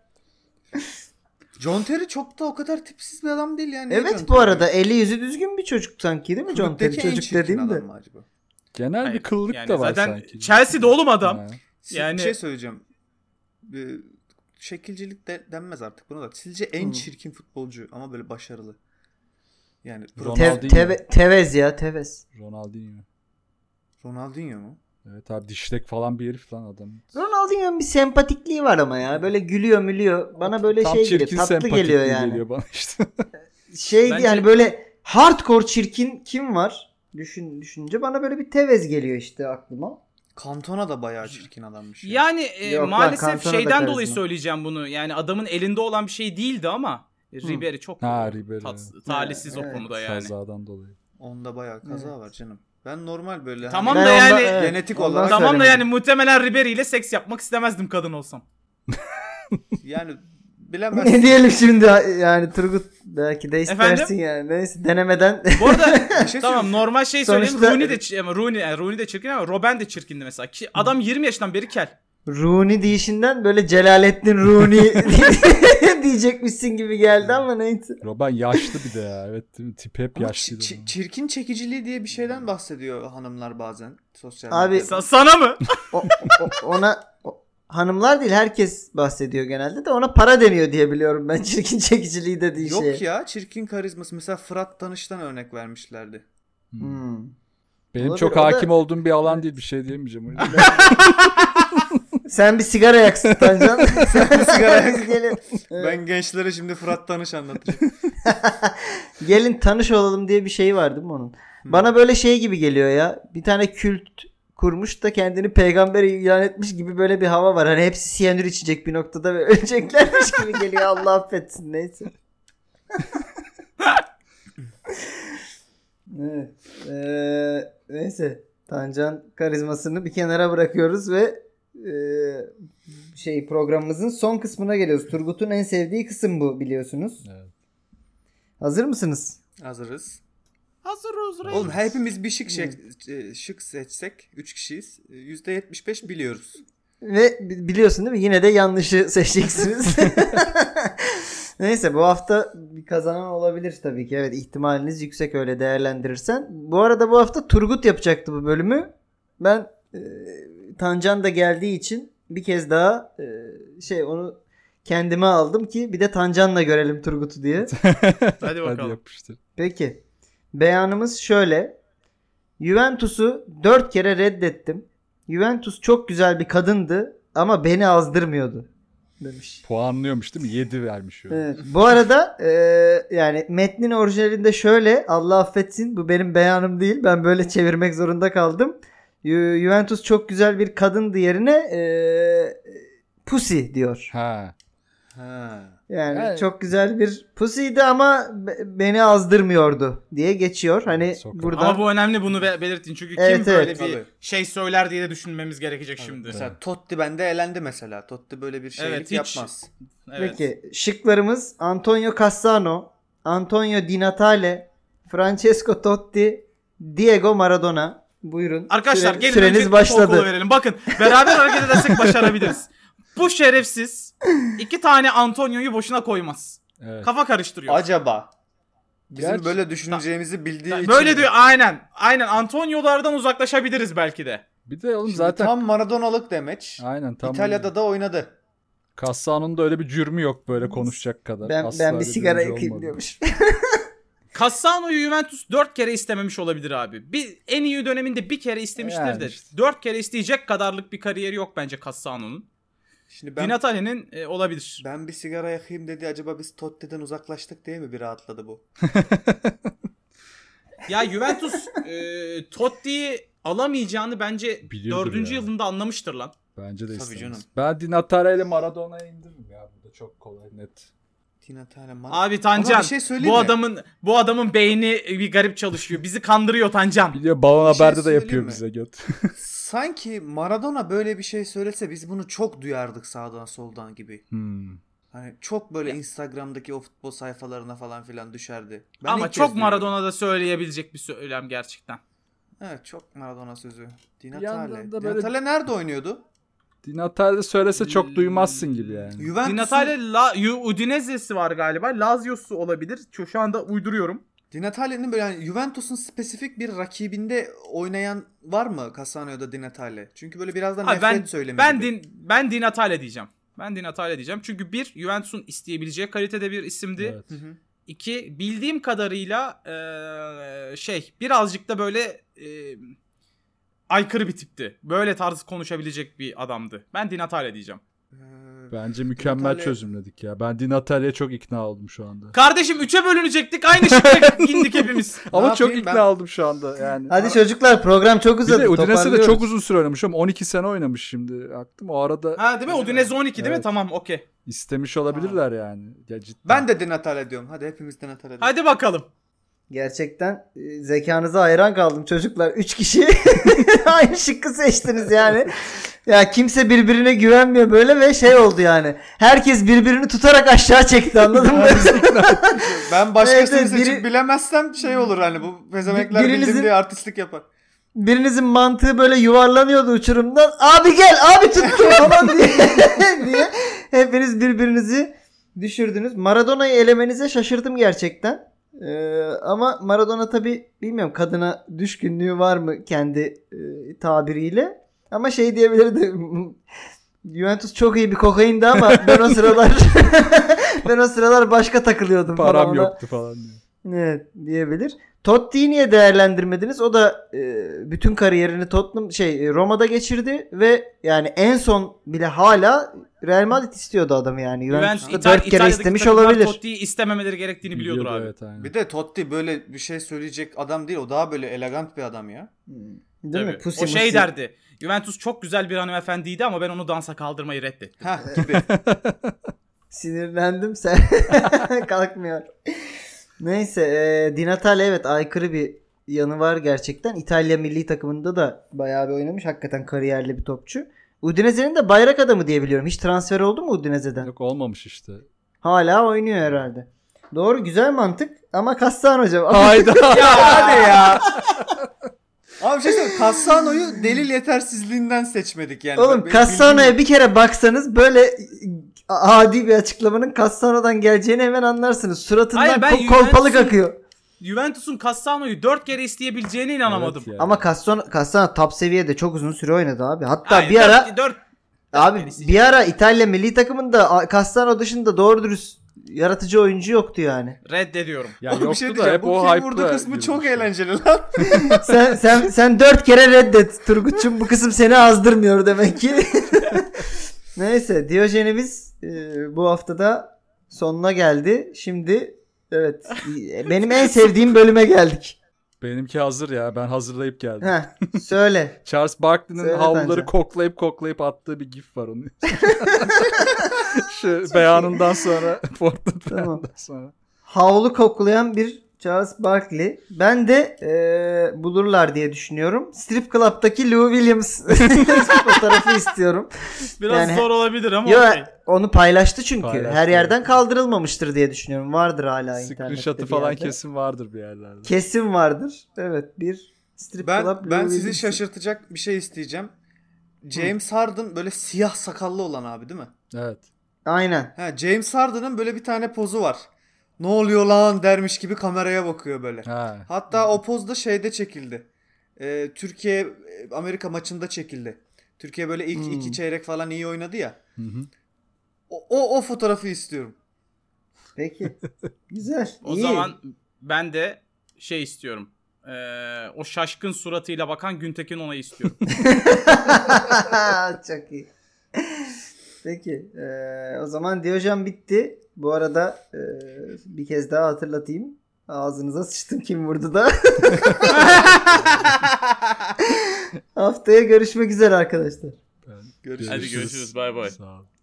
Speaker 4: John Terry çok da o kadar tipsiz bir adam değil yani. Niye John
Speaker 3: Evet bu
Speaker 4: Terry?
Speaker 3: arada eli yüzü düzgün bir çocuk sanki değil mi John Terry?
Speaker 4: Kulüpteki en
Speaker 3: Çocuk
Speaker 4: çirkin
Speaker 3: dediğim de.
Speaker 4: adam mı acaba?
Speaker 2: Genel
Speaker 1: Hayır,
Speaker 2: bir kıllık
Speaker 1: yani
Speaker 2: da var
Speaker 1: zaten
Speaker 2: sanki.
Speaker 1: Chelsea'de oğlum adam.
Speaker 2: Ha.
Speaker 1: Yani-
Speaker 4: Yani... Bir şey söyleyeceğim. Ee, şekilcilik de denmez artık buna da. Sizce en
Speaker 3: Hmm.
Speaker 4: çirkin futbolcu ama böyle başarılı. Yani
Speaker 2: Ronaldo-
Speaker 3: Te-
Speaker 2: Ronaldinho.
Speaker 3: Teve- Tevez ya Tevez.
Speaker 2: Ronaldinho.
Speaker 4: Ronaldinho mu?
Speaker 2: Evet abi dişlek falan bir herif lan adam.
Speaker 3: Ronaldinho'nun bir sempatikliği var ama ya. Böyle gülüyor mülüyor. Bana böyle
Speaker 2: Tam
Speaker 3: şey
Speaker 2: çirkin
Speaker 3: geliyor. Tatlı
Speaker 2: sempatikliği
Speaker 3: geliyor yani.
Speaker 2: geliyor bana işte.
Speaker 3: Şey
Speaker 1: Bence-
Speaker 3: yani böyle hardcore çirkin kim var? Düşün düşünce bana böyle bir Tevez geliyor işte aklıma.
Speaker 4: Kantona da bayağı çirkin adammış. ya.
Speaker 1: Yani e,
Speaker 3: Yok lan,
Speaker 1: maalesef
Speaker 3: Kantar'a da
Speaker 1: şeyden
Speaker 3: karizma.
Speaker 1: dolayı söyleyeceğim bunu. Yani adamın elinde olan bir şey değildi ama e, Ribery çok
Speaker 2: Ha, Ribery,
Speaker 1: tats- talihsiz
Speaker 3: Evet,
Speaker 1: o konuda yani.
Speaker 2: Kazadan dolayı.
Speaker 4: Onda bayağı kaza
Speaker 3: Evet.
Speaker 4: var canım. Ben normal böyle
Speaker 1: Tamam
Speaker 4: hani
Speaker 1: da yani-
Speaker 4: Genetik
Speaker 3: ondan
Speaker 4: olarak-
Speaker 1: Tamam da
Speaker 3: söylemedim.
Speaker 1: yani muhtemelen Ribery ile seks yapmak istemezdim kadın olsam.
Speaker 4: yani
Speaker 3: ne
Speaker 4: bilemezsin.
Speaker 3: diyelim şimdi yani Turgut belki de istersin
Speaker 1: Efendim?
Speaker 3: yani. Neyse denemeden
Speaker 1: Bu arada
Speaker 4: Bir şey
Speaker 1: tamam normal şey
Speaker 3: Sonuçta-
Speaker 1: söyleyeyim. Rooney de çi- ama Rooney, yani Rooney de çirkin ama Robben de çirkindi mesela. Ki adam 20 yaşından beri kel.
Speaker 3: Rooney deyişinden böyle Celalettin Rooney diyecekmişsin gibi geldi ama neyse.
Speaker 2: Robben yaşlı bir de ya. Evet değil mi? Tip hep
Speaker 4: Ama
Speaker 2: yaşlıydı.
Speaker 4: çi-
Speaker 2: onun.
Speaker 4: çi- çirkin çekiciliği diye bir şeyden bahsediyor hanımlar bazen sosyal
Speaker 3: Abi-
Speaker 4: medyada.
Speaker 1: Sa- sana mı?
Speaker 3: O- o- ona o- hanımlar değil herkes bahsediyor genelde de ona para deniyor diye biliyorum ben çirkin çekiciliği dediği şey.
Speaker 4: Yok ya çirkin karizması. Mesela Fırat Tanış'tan örnek vermişlerdi.
Speaker 2: Hmm.
Speaker 3: Hmm.
Speaker 2: Benim
Speaker 3: Olabilir,
Speaker 2: çok
Speaker 3: o da-
Speaker 2: hakim olduğum bir alan değil. Bir şey diyemeyeceğim. O yüzden-
Speaker 3: Sen bir sigara yaksın Tancan. Sen bir sigara yaksın. gelin,
Speaker 4: Ben gençlere şimdi Fırat Tanış anlatacağım.
Speaker 3: gelin tanış olalım diye bir şey var değil mi onun? Bana böyle şey gibi geliyor ya. Bir tane kült kurmuş da kendini peygamber ilan etmiş gibi böyle bir hava var. Hani hepsi siyanür içecek bir noktada ve öleceklermiş gibi geliyor. Allah affetsin neyse. evet. Ee, neyse. Tancan karizmasını bir kenara bırakıyoruz ve e, şey programımızın son kısmına geliyoruz. Turgut'un en sevdiği kısım bu biliyorsunuz.
Speaker 2: Evet.
Speaker 3: Hazır mısınız?
Speaker 4: Hazırız.
Speaker 1: Hazırız reis.
Speaker 4: Oğlum hepimiz bir şık şek- e, şık seçsek 3 kişiyiz. E, %75 biliyoruz.
Speaker 3: Ve bi- biliyorsun değil mi? Yine de yanlışı seçeceksiniz. Neyse bu hafta bir kazanan olabilir tabii ki. Evet ihtimaliniz yüksek öyle değerlendirirsen. Bu arada bu hafta Turgut yapacaktı bu bölümü. Ben e, Tancan da geldiği için bir kez daha e, şey onu kendime aldım ki bir de Tancan'la görelim Turgut'u diye.
Speaker 1: Hadi
Speaker 2: Hadi
Speaker 1: bakalım.
Speaker 2: yapıştır.
Speaker 3: Peki. Beyanımız şöyle. Juventus'u 4 kere reddettim. Juventus çok güzel bir kadındı ama beni azdırmıyordu demiş.
Speaker 2: Puanlıyormuş değil mi? 7 vermiş. öyle.
Speaker 3: Evet. Bu arada e, yani metnin orijinalinde şöyle Allah affetsin bu benim beyanım değil ben böyle çevirmek zorunda kaldım. Ju- Juventus çok güzel bir kadındı yerine e, pussy diyor.
Speaker 2: Ha.
Speaker 4: Ha.
Speaker 3: Yani
Speaker 2: Evet.
Speaker 3: çok güzel bir pusiydi ama be- beni azdırmıyordu diye geçiyor. Hani
Speaker 2: Sokak.
Speaker 3: buradan
Speaker 1: Ama bu önemli bunu be- belirtin. Çünkü kim
Speaker 3: Evet,
Speaker 1: böyle
Speaker 3: evet.
Speaker 1: bir
Speaker 4: Tabii.
Speaker 1: şey söyler diye de düşünmemiz gerekecek şimdi.
Speaker 4: Mesela Totti bende elendi mesela. Totti böyle bir şeylik
Speaker 1: Evet, hiç-
Speaker 4: yapmaz.
Speaker 1: Evet.
Speaker 3: Peki şıklarımız Antonio Cassano, Antonio Di Natale, Francesco Totti, Diego Maradona. Buyurun.
Speaker 1: Arkadaşlar
Speaker 3: Süre-
Speaker 1: gelin
Speaker 3: süreniz
Speaker 1: önce
Speaker 3: başladı.
Speaker 1: başladı. verelim. Bakın beraber hareket edersek başarabiliriz. Bu şerefsiz iki tane Antonio'yu boşuna koymaz.
Speaker 2: Evet.
Speaker 1: Kafa karıştırıyor.
Speaker 4: Acaba bizim
Speaker 2: Gerçi-
Speaker 4: böyle düşüneceğimizi bildiği için
Speaker 1: Böyle diyor aynen. Aynen Antonio'lardan uzaklaşabiliriz belki de.
Speaker 2: Bir de oğlum
Speaker 4: Şimdi
Speaker 2: zaten
Speaker 4: tam Maradona'lık demeç.
Speaker 2: Aynen tam.
Speaker 4: İtalya'da da oynadı.
Speaker 2: Kassano'nun da öyle bir cürmü yok böyle konuşacak kadar.
Speaker 3: Ben,
Speaker 2: Asla
Speaker 3: ben
Speaker 2: öyle
Speaker 3: bir
Speaker 2: bir
Speaker 3: sigara
Speaker 2: oyuncu
Speaker 3: yakayım
Speaker 2: olmadı.
Speaker 3: diyormuş.
Speaker 1: Cassano'yu Juventus 4 kere istememiş olabilir abi. Bir, en iyi döneminde bir kere istemiştir
Speaker 2: Yani
Speaker 1: de.
Speaker 2: işte.
Speaker 1: 4 kere isteyecek kadarlık bir kariyeri yok bence Cassano'nun.
Speaker 4: Şimdi ben
Speaker 1: Ben... Natale'nin e, olabilir.
Speaker 4: ben bir sigara yakayım dedi. Acaba biz Totti'den uzaklaştık diye mi bir rahatladı bu?
Speaker 1: Ya Juventus e, Totti'yi alamayacağını bence
Speaker 2: Biliyordur
Speaker 1: 4.
Speaker 2: yani.
Speaker 1: yılında anlamıştır lan.
Speaker 2: Bence de
Speaker 4: Tabii
Speaker 2: istemez.
Speaker 4: canım.
Speaker 2: Ben Di Natale ile Maradona'ya indiririm ya. Bu da çok kolay net.
Speaker 4: Tina Tale Mar-
Speaker 1: Abi Tancan
Speaker 4: Ama bir şey söyleyeyim
Speaker 1: bu
Speaker 4: mi?
Speaker 1: adamın bu adamın beyni bir garip çalışıyor. Bizi kandırıyor Tancan.
Speaker 2: Biliyor balon
Speaker 4: Bir şey
Speaker 2: haberde de yapıyor
Speaker 4: söyleyeyim mi?
Speaker 2: bize göt.
Speaker 4: Sanki Maradona böyle bir şey söylese biz bunu çok duyardık sağdan soldan gibi.
Speaker 2: Hmm.
Speaker 4: Hani çok böyle Instagram'daki o futbol sayfalarına falan filan düşerdi. Ben ilk
Speaker 1: Ama
Speaker 4: kez
Speaker 1: çok
Speaker 4: duyuyorum.
Speaker 1: Maradona'da söyleyebilecek bir söylem gerçekten.
Speaker 4: Evet çok Maradona sözü. Tina
Speaker 2: Bir yandan
Speaker 4: Tale.
Speaker 2: da
Speaker 4: Tina
Speaker 2: böyle-
Speaker 4: Tale nerede oynuyordu?
Speaker 2: Di Natale söylese
Speaker 4: Ee,
Speaker 2: çok duymazsın gibi yani.
Speaker 1: Di
Speaker 4: Juventus'un
Speaker 1: Natale La, Yu- Udinese'si var galiba. Lazio'su olabilir. Şu- Şu anda uyduruyorum.
Speaker 4: Di Natale'nin böyle yani Juventus'un spesifik bir rakibinde oynayan var mı Casano'da Di Natale? Çünkü böyle biraz da
Speaker 1: Abi
Speaker 4: nefret
Speaker 1: ben-
Speaker 4: söylemi
Speaker 1: Ben din
Speaker 4: gibi.
Speaker 1: ben Di Natale diyeceğim. Ben Di Natale diyeceğim. Çünkü bir Juventus'un isteyebileceği kalitede bir isimdi.
Speaker 2: Evet.
Speaker 4: Hı hı.
Speaker 1: İki bildiğim kadarıyla eee, şey birazcık da böyle eee, aykırı bir tipti. Böyle tarz konuşabilecek bir adamdı. Ben Di Natale diyeceğim.
Speaker 2: Bence mükemmel
Speaker 4: Natalia-
Speaker 2: çözümledik ya. Ben Di Natalia'ya çok ikna oldum şu anda.
Speaker 1: Kardeşim üçe bölünecektik aynı şıkta indik hepimiz.
Speaker 2: Ama çok
Speaker 4: yapayım
Speaker 2: ikna
Speaker 4: ben?
Speaker 2: oldum şu anda yani.
Speaker 3: Hadi çocuklar program çok
Speaker 2: Bir de
Speaker 3: uzadı.
Speaker 2: Udinese de
Speaker 3: toparlıyoruz.
Speaker 2: çok uzun süre oynamış ama 12 sene oynamış şimdi. Aklım o arada
Speaker 1: Ha değil mi? Udinese 12 değil mi?
Speaker 2: Evet.
Speaker 1: Tamam okey.
Speaker 2: istemiş olabilirler yani. Ya cidden.
Speaker 4: Ben de Denatale diyorum. Hadi hepimiz Denatale diyorum.
Speaker 1: Hadi bakalım.
Speaker 3: Gerçekten e, zekanıza hayran kaldım çocuklar. Üç kişi aynı şıkkı seçtiniz yani. Ya kimse birbirine güvenmiyor böyle ve şey oldu yani. Herkes birbirini tutarak aşağı çekti anladın mı?
Speaker 4: Ben başkasını
Speaker 3: Evet, evet,
Speaker 4: seçip
Speaker 3: biri-
Speaker 4: bilemezsem şey olur hani bu pezemekler
Speaker 3: Birinizin-
Speaker 4: bildim diye artistlik yapar.
Speaker 3: Birinizin mantığı böyle yuvarlanıyordu uçurumdan. Abi gel abi tuttum falan diye. diye. Hepiniz birbirinizi düşürdünüz. Maradona'yı elemenize şaşırdım gerçekten. Ee, ama Maradona tabi bilmiyorum kadına düşkünlüğü var mı kendi e, tabiriyle. Ama şey diyebilirdi. Juventus çok iyi bir kokaindi ama ben o sıralar ben o sıralar başka takılıyordum falan.
Speaker 2: param
Speaker 3: Ona-
Speaker 2: yoktu falan diye.
Speaker 3: Evet diyebilir. Totti'yi niye değerlendirmediniz? O da e, bütün kariyerini Tottenham şey e, Roma'da geçirdi ve yani en son bile hala Real Madrid istiyordu adamı yani.
Speaker 1: Juventus
Speaker 3: Juventus'ta
Speaker 1: İtal-
Speaker 3: 4 kere
Speaker 1: İtalya'daki
Speaker 3: istemiş
Speaker 1: takımlar
Speaker 3: olabilir.
Speaker 1: Totti'yi istememeleri gerektiğini biliyordur
Speaker 2: Biliyordu,
Speaker 1: abi.
Speaker 2: Evet, aynen.
Speaker 4: Bir de Totti böyle bir şey söyleyecek adam değil. O daha böyle elegant bir adam ya.
Speaker 3: Hmm, Değil mi?
Speaker 1: Tabii.
Speaker 3: Pussy
Speaker 1: o şey
Speaker 3: mussy.
Speaker 1: derdi. Juventus çok güzel bir hanımefendiydi ama ben onu dansa kaldırmayı reddettim.
Speaker 3: E,
Speaker 4: Ha gibi.
Speaker 3: Sinirlendim sen. Kalkmıyor. Neyse e, Di Natale evet aykırı bir yanı var gerçekten. İtalya milli takımında da bayağı bir oynamış. Hakikaten kariyerli bir topçu. Udinese'nin de bayrak adamı diye biliyorum. Hiç transfer oldu mu Udinese'den?
Speaker 2: Yok olmamış işte.
Speaker 3: Hala oynuyor herhalde. Doğru güzel mantık ama Kastan hocam.
Speaker 2: Hayda.
Speaker 4: Hadi ya. Abi bir şey söyleyeyim. Cassano'yu delil yetersizliğinden seçmedik yani. Ben-
Speaker 3: Oğlum
Speaker 4: benim
Speaker 3: Castano'ya bir kere baksanız böyle e, adi bir açıklamanın Castano'dan geleceğini hemen anlarsınız. Suratından
Speaker 1: Hayır, ben
Speaker 3: ko- kolpalık
Speaker 1: Juventus'un-
Speaker 3: akıyor.
Speaker 1: Juventus'un Cassano'yu 4 kere isteyebileceğine inanamadım.
Speaker 2: Evet ya.
Speaker 3: Ama Castano, Castano top seviyede çok uzun süre oynadı abi. Hatta
Speaker 1: Hayır,
Speaker 3: bir ara
Speaker 1: dört- dört-
Speaker 3: abi
Speaker 1: gerisi.
Speaker 3: bir ara İtalya milli takımında A- Castano dışında doğru dürüst yaratıcı oyuncu yoktu yani.
Speaker 1: reddediyorum.
Speaker 2: Ya
Speaker 4: Oğlum bir
Speaker 2: yoktu
Speaker 4: şey
Speaker 2: da
Speaker 4: diyeceğim.
Speaker 2: hep
Speaker 4: Bu
Speaker 2: o
Speaker 4: kim
Speaker 2: hype'da.
Speaker 4: vurdu kısmı çok
Speaker 2: yürümüşler.
Speaker 4: eğlenceli lan.
Speaker 3: sen sen sen dört kere reddet Turgut'cum bu kısım seni azdırmıyor demek ki. Neyse Diyojenimiz e, bu haftada sonuna geldi. Şimdi evet e, benim en sevdiğim bölüme geldik.
Speaker 2: Benimki hazır ya. Ben hazırlayıp geldim.
Speaker 3: Heh, söyle.
Speaker 2: Charles Barkley'nin
Speaker 3: Söyle
Speaker 2: havluları
Speaker 3: bence.
Speaker 2: koklayıp koklayıp attığı bir gif var onun. Şu beyanından sonra, Portland
Speaker 3: Tamam.
Speaker 2: beyanından sonra.
Speaker 3: Havlu koklayan bir Charles Barkley. Ben de e, bulurlar diye düşünüyorum. Strip Club'daki Lou Williams fotoğrafı istiyorum.
Speaker 1: Biraz
Speaker 3: Yani-
Speaker 1: zor olabilir ama
Speaker 3: Yo,
Speaker 1: okey.
Speaker 3: onu paylaştı çünkü.
Speaker 2: Paylaştı,
Speaker 3: Her yerden
Speaker 2: evet.
Speaker 3: kaldırılmamıştır diye düşünüyorum. Vardır hala internette.
Speaker 2: Screenshot'ı
Speaker 3: bir
Speaker 2: falan
Speaker 3: yerde.
Speaker 2: kesin vardır bir yerlerde.
Speaker 3: Kesin vardır. Evet bir strip club.
Speaker 4: Ben, ben
Speaker 3: Louis
Speaker 4: sizi
Speaker 3: Vuitton.
Speaker 4: şaşırtacak bir şey isteyeceğim. James Harden böyle siyah sakallı olan abi değil mi?
Speaker 2: Evet.
Speaker 3: Aynen.
Speaker 4: Ha, James Harden'ın böyle bir tane pozu var. Ne oluyor lan dermiş gibi kameraya bakıyor böyle.
Speaker 2: Ha.
Speaker 4: Hatta o poz da şeyde çekildi. Ee, Türkiye e, Amerika maçında çekildi. Türkiye böyle ilk
Speaker 3: Hmm.
Speaker 4: iki çeyrek falan iyi oynadı ya.
Speaker 2: Hı hı.
Speaker 4: O o, o fotoğrafı istiyorum.
Speaker 3: Peki. Güzel.
Speaker 1: O
Speaker 3: iyi.
Speaker 1: zaman ben de şey istiyorum. Ee, o şaşkın suratıyla bakan Güntekin Onay'ı istiyorum.
Speaker 3: Çok iyi. Peki. eee, o zaman Diyojen bitti. Bu arada eee, bir kez daha hatırlatayım. Ağzınıza sıçtım kim vurdu da. Haftaya görüşmek üzere arkadaşlar.
Speaker 2: Ben-
Speaker 4: Görüşürüz.
Speaker 1: Hadi görüşürüz, bay bay.
Speaker 2: Sağ ol.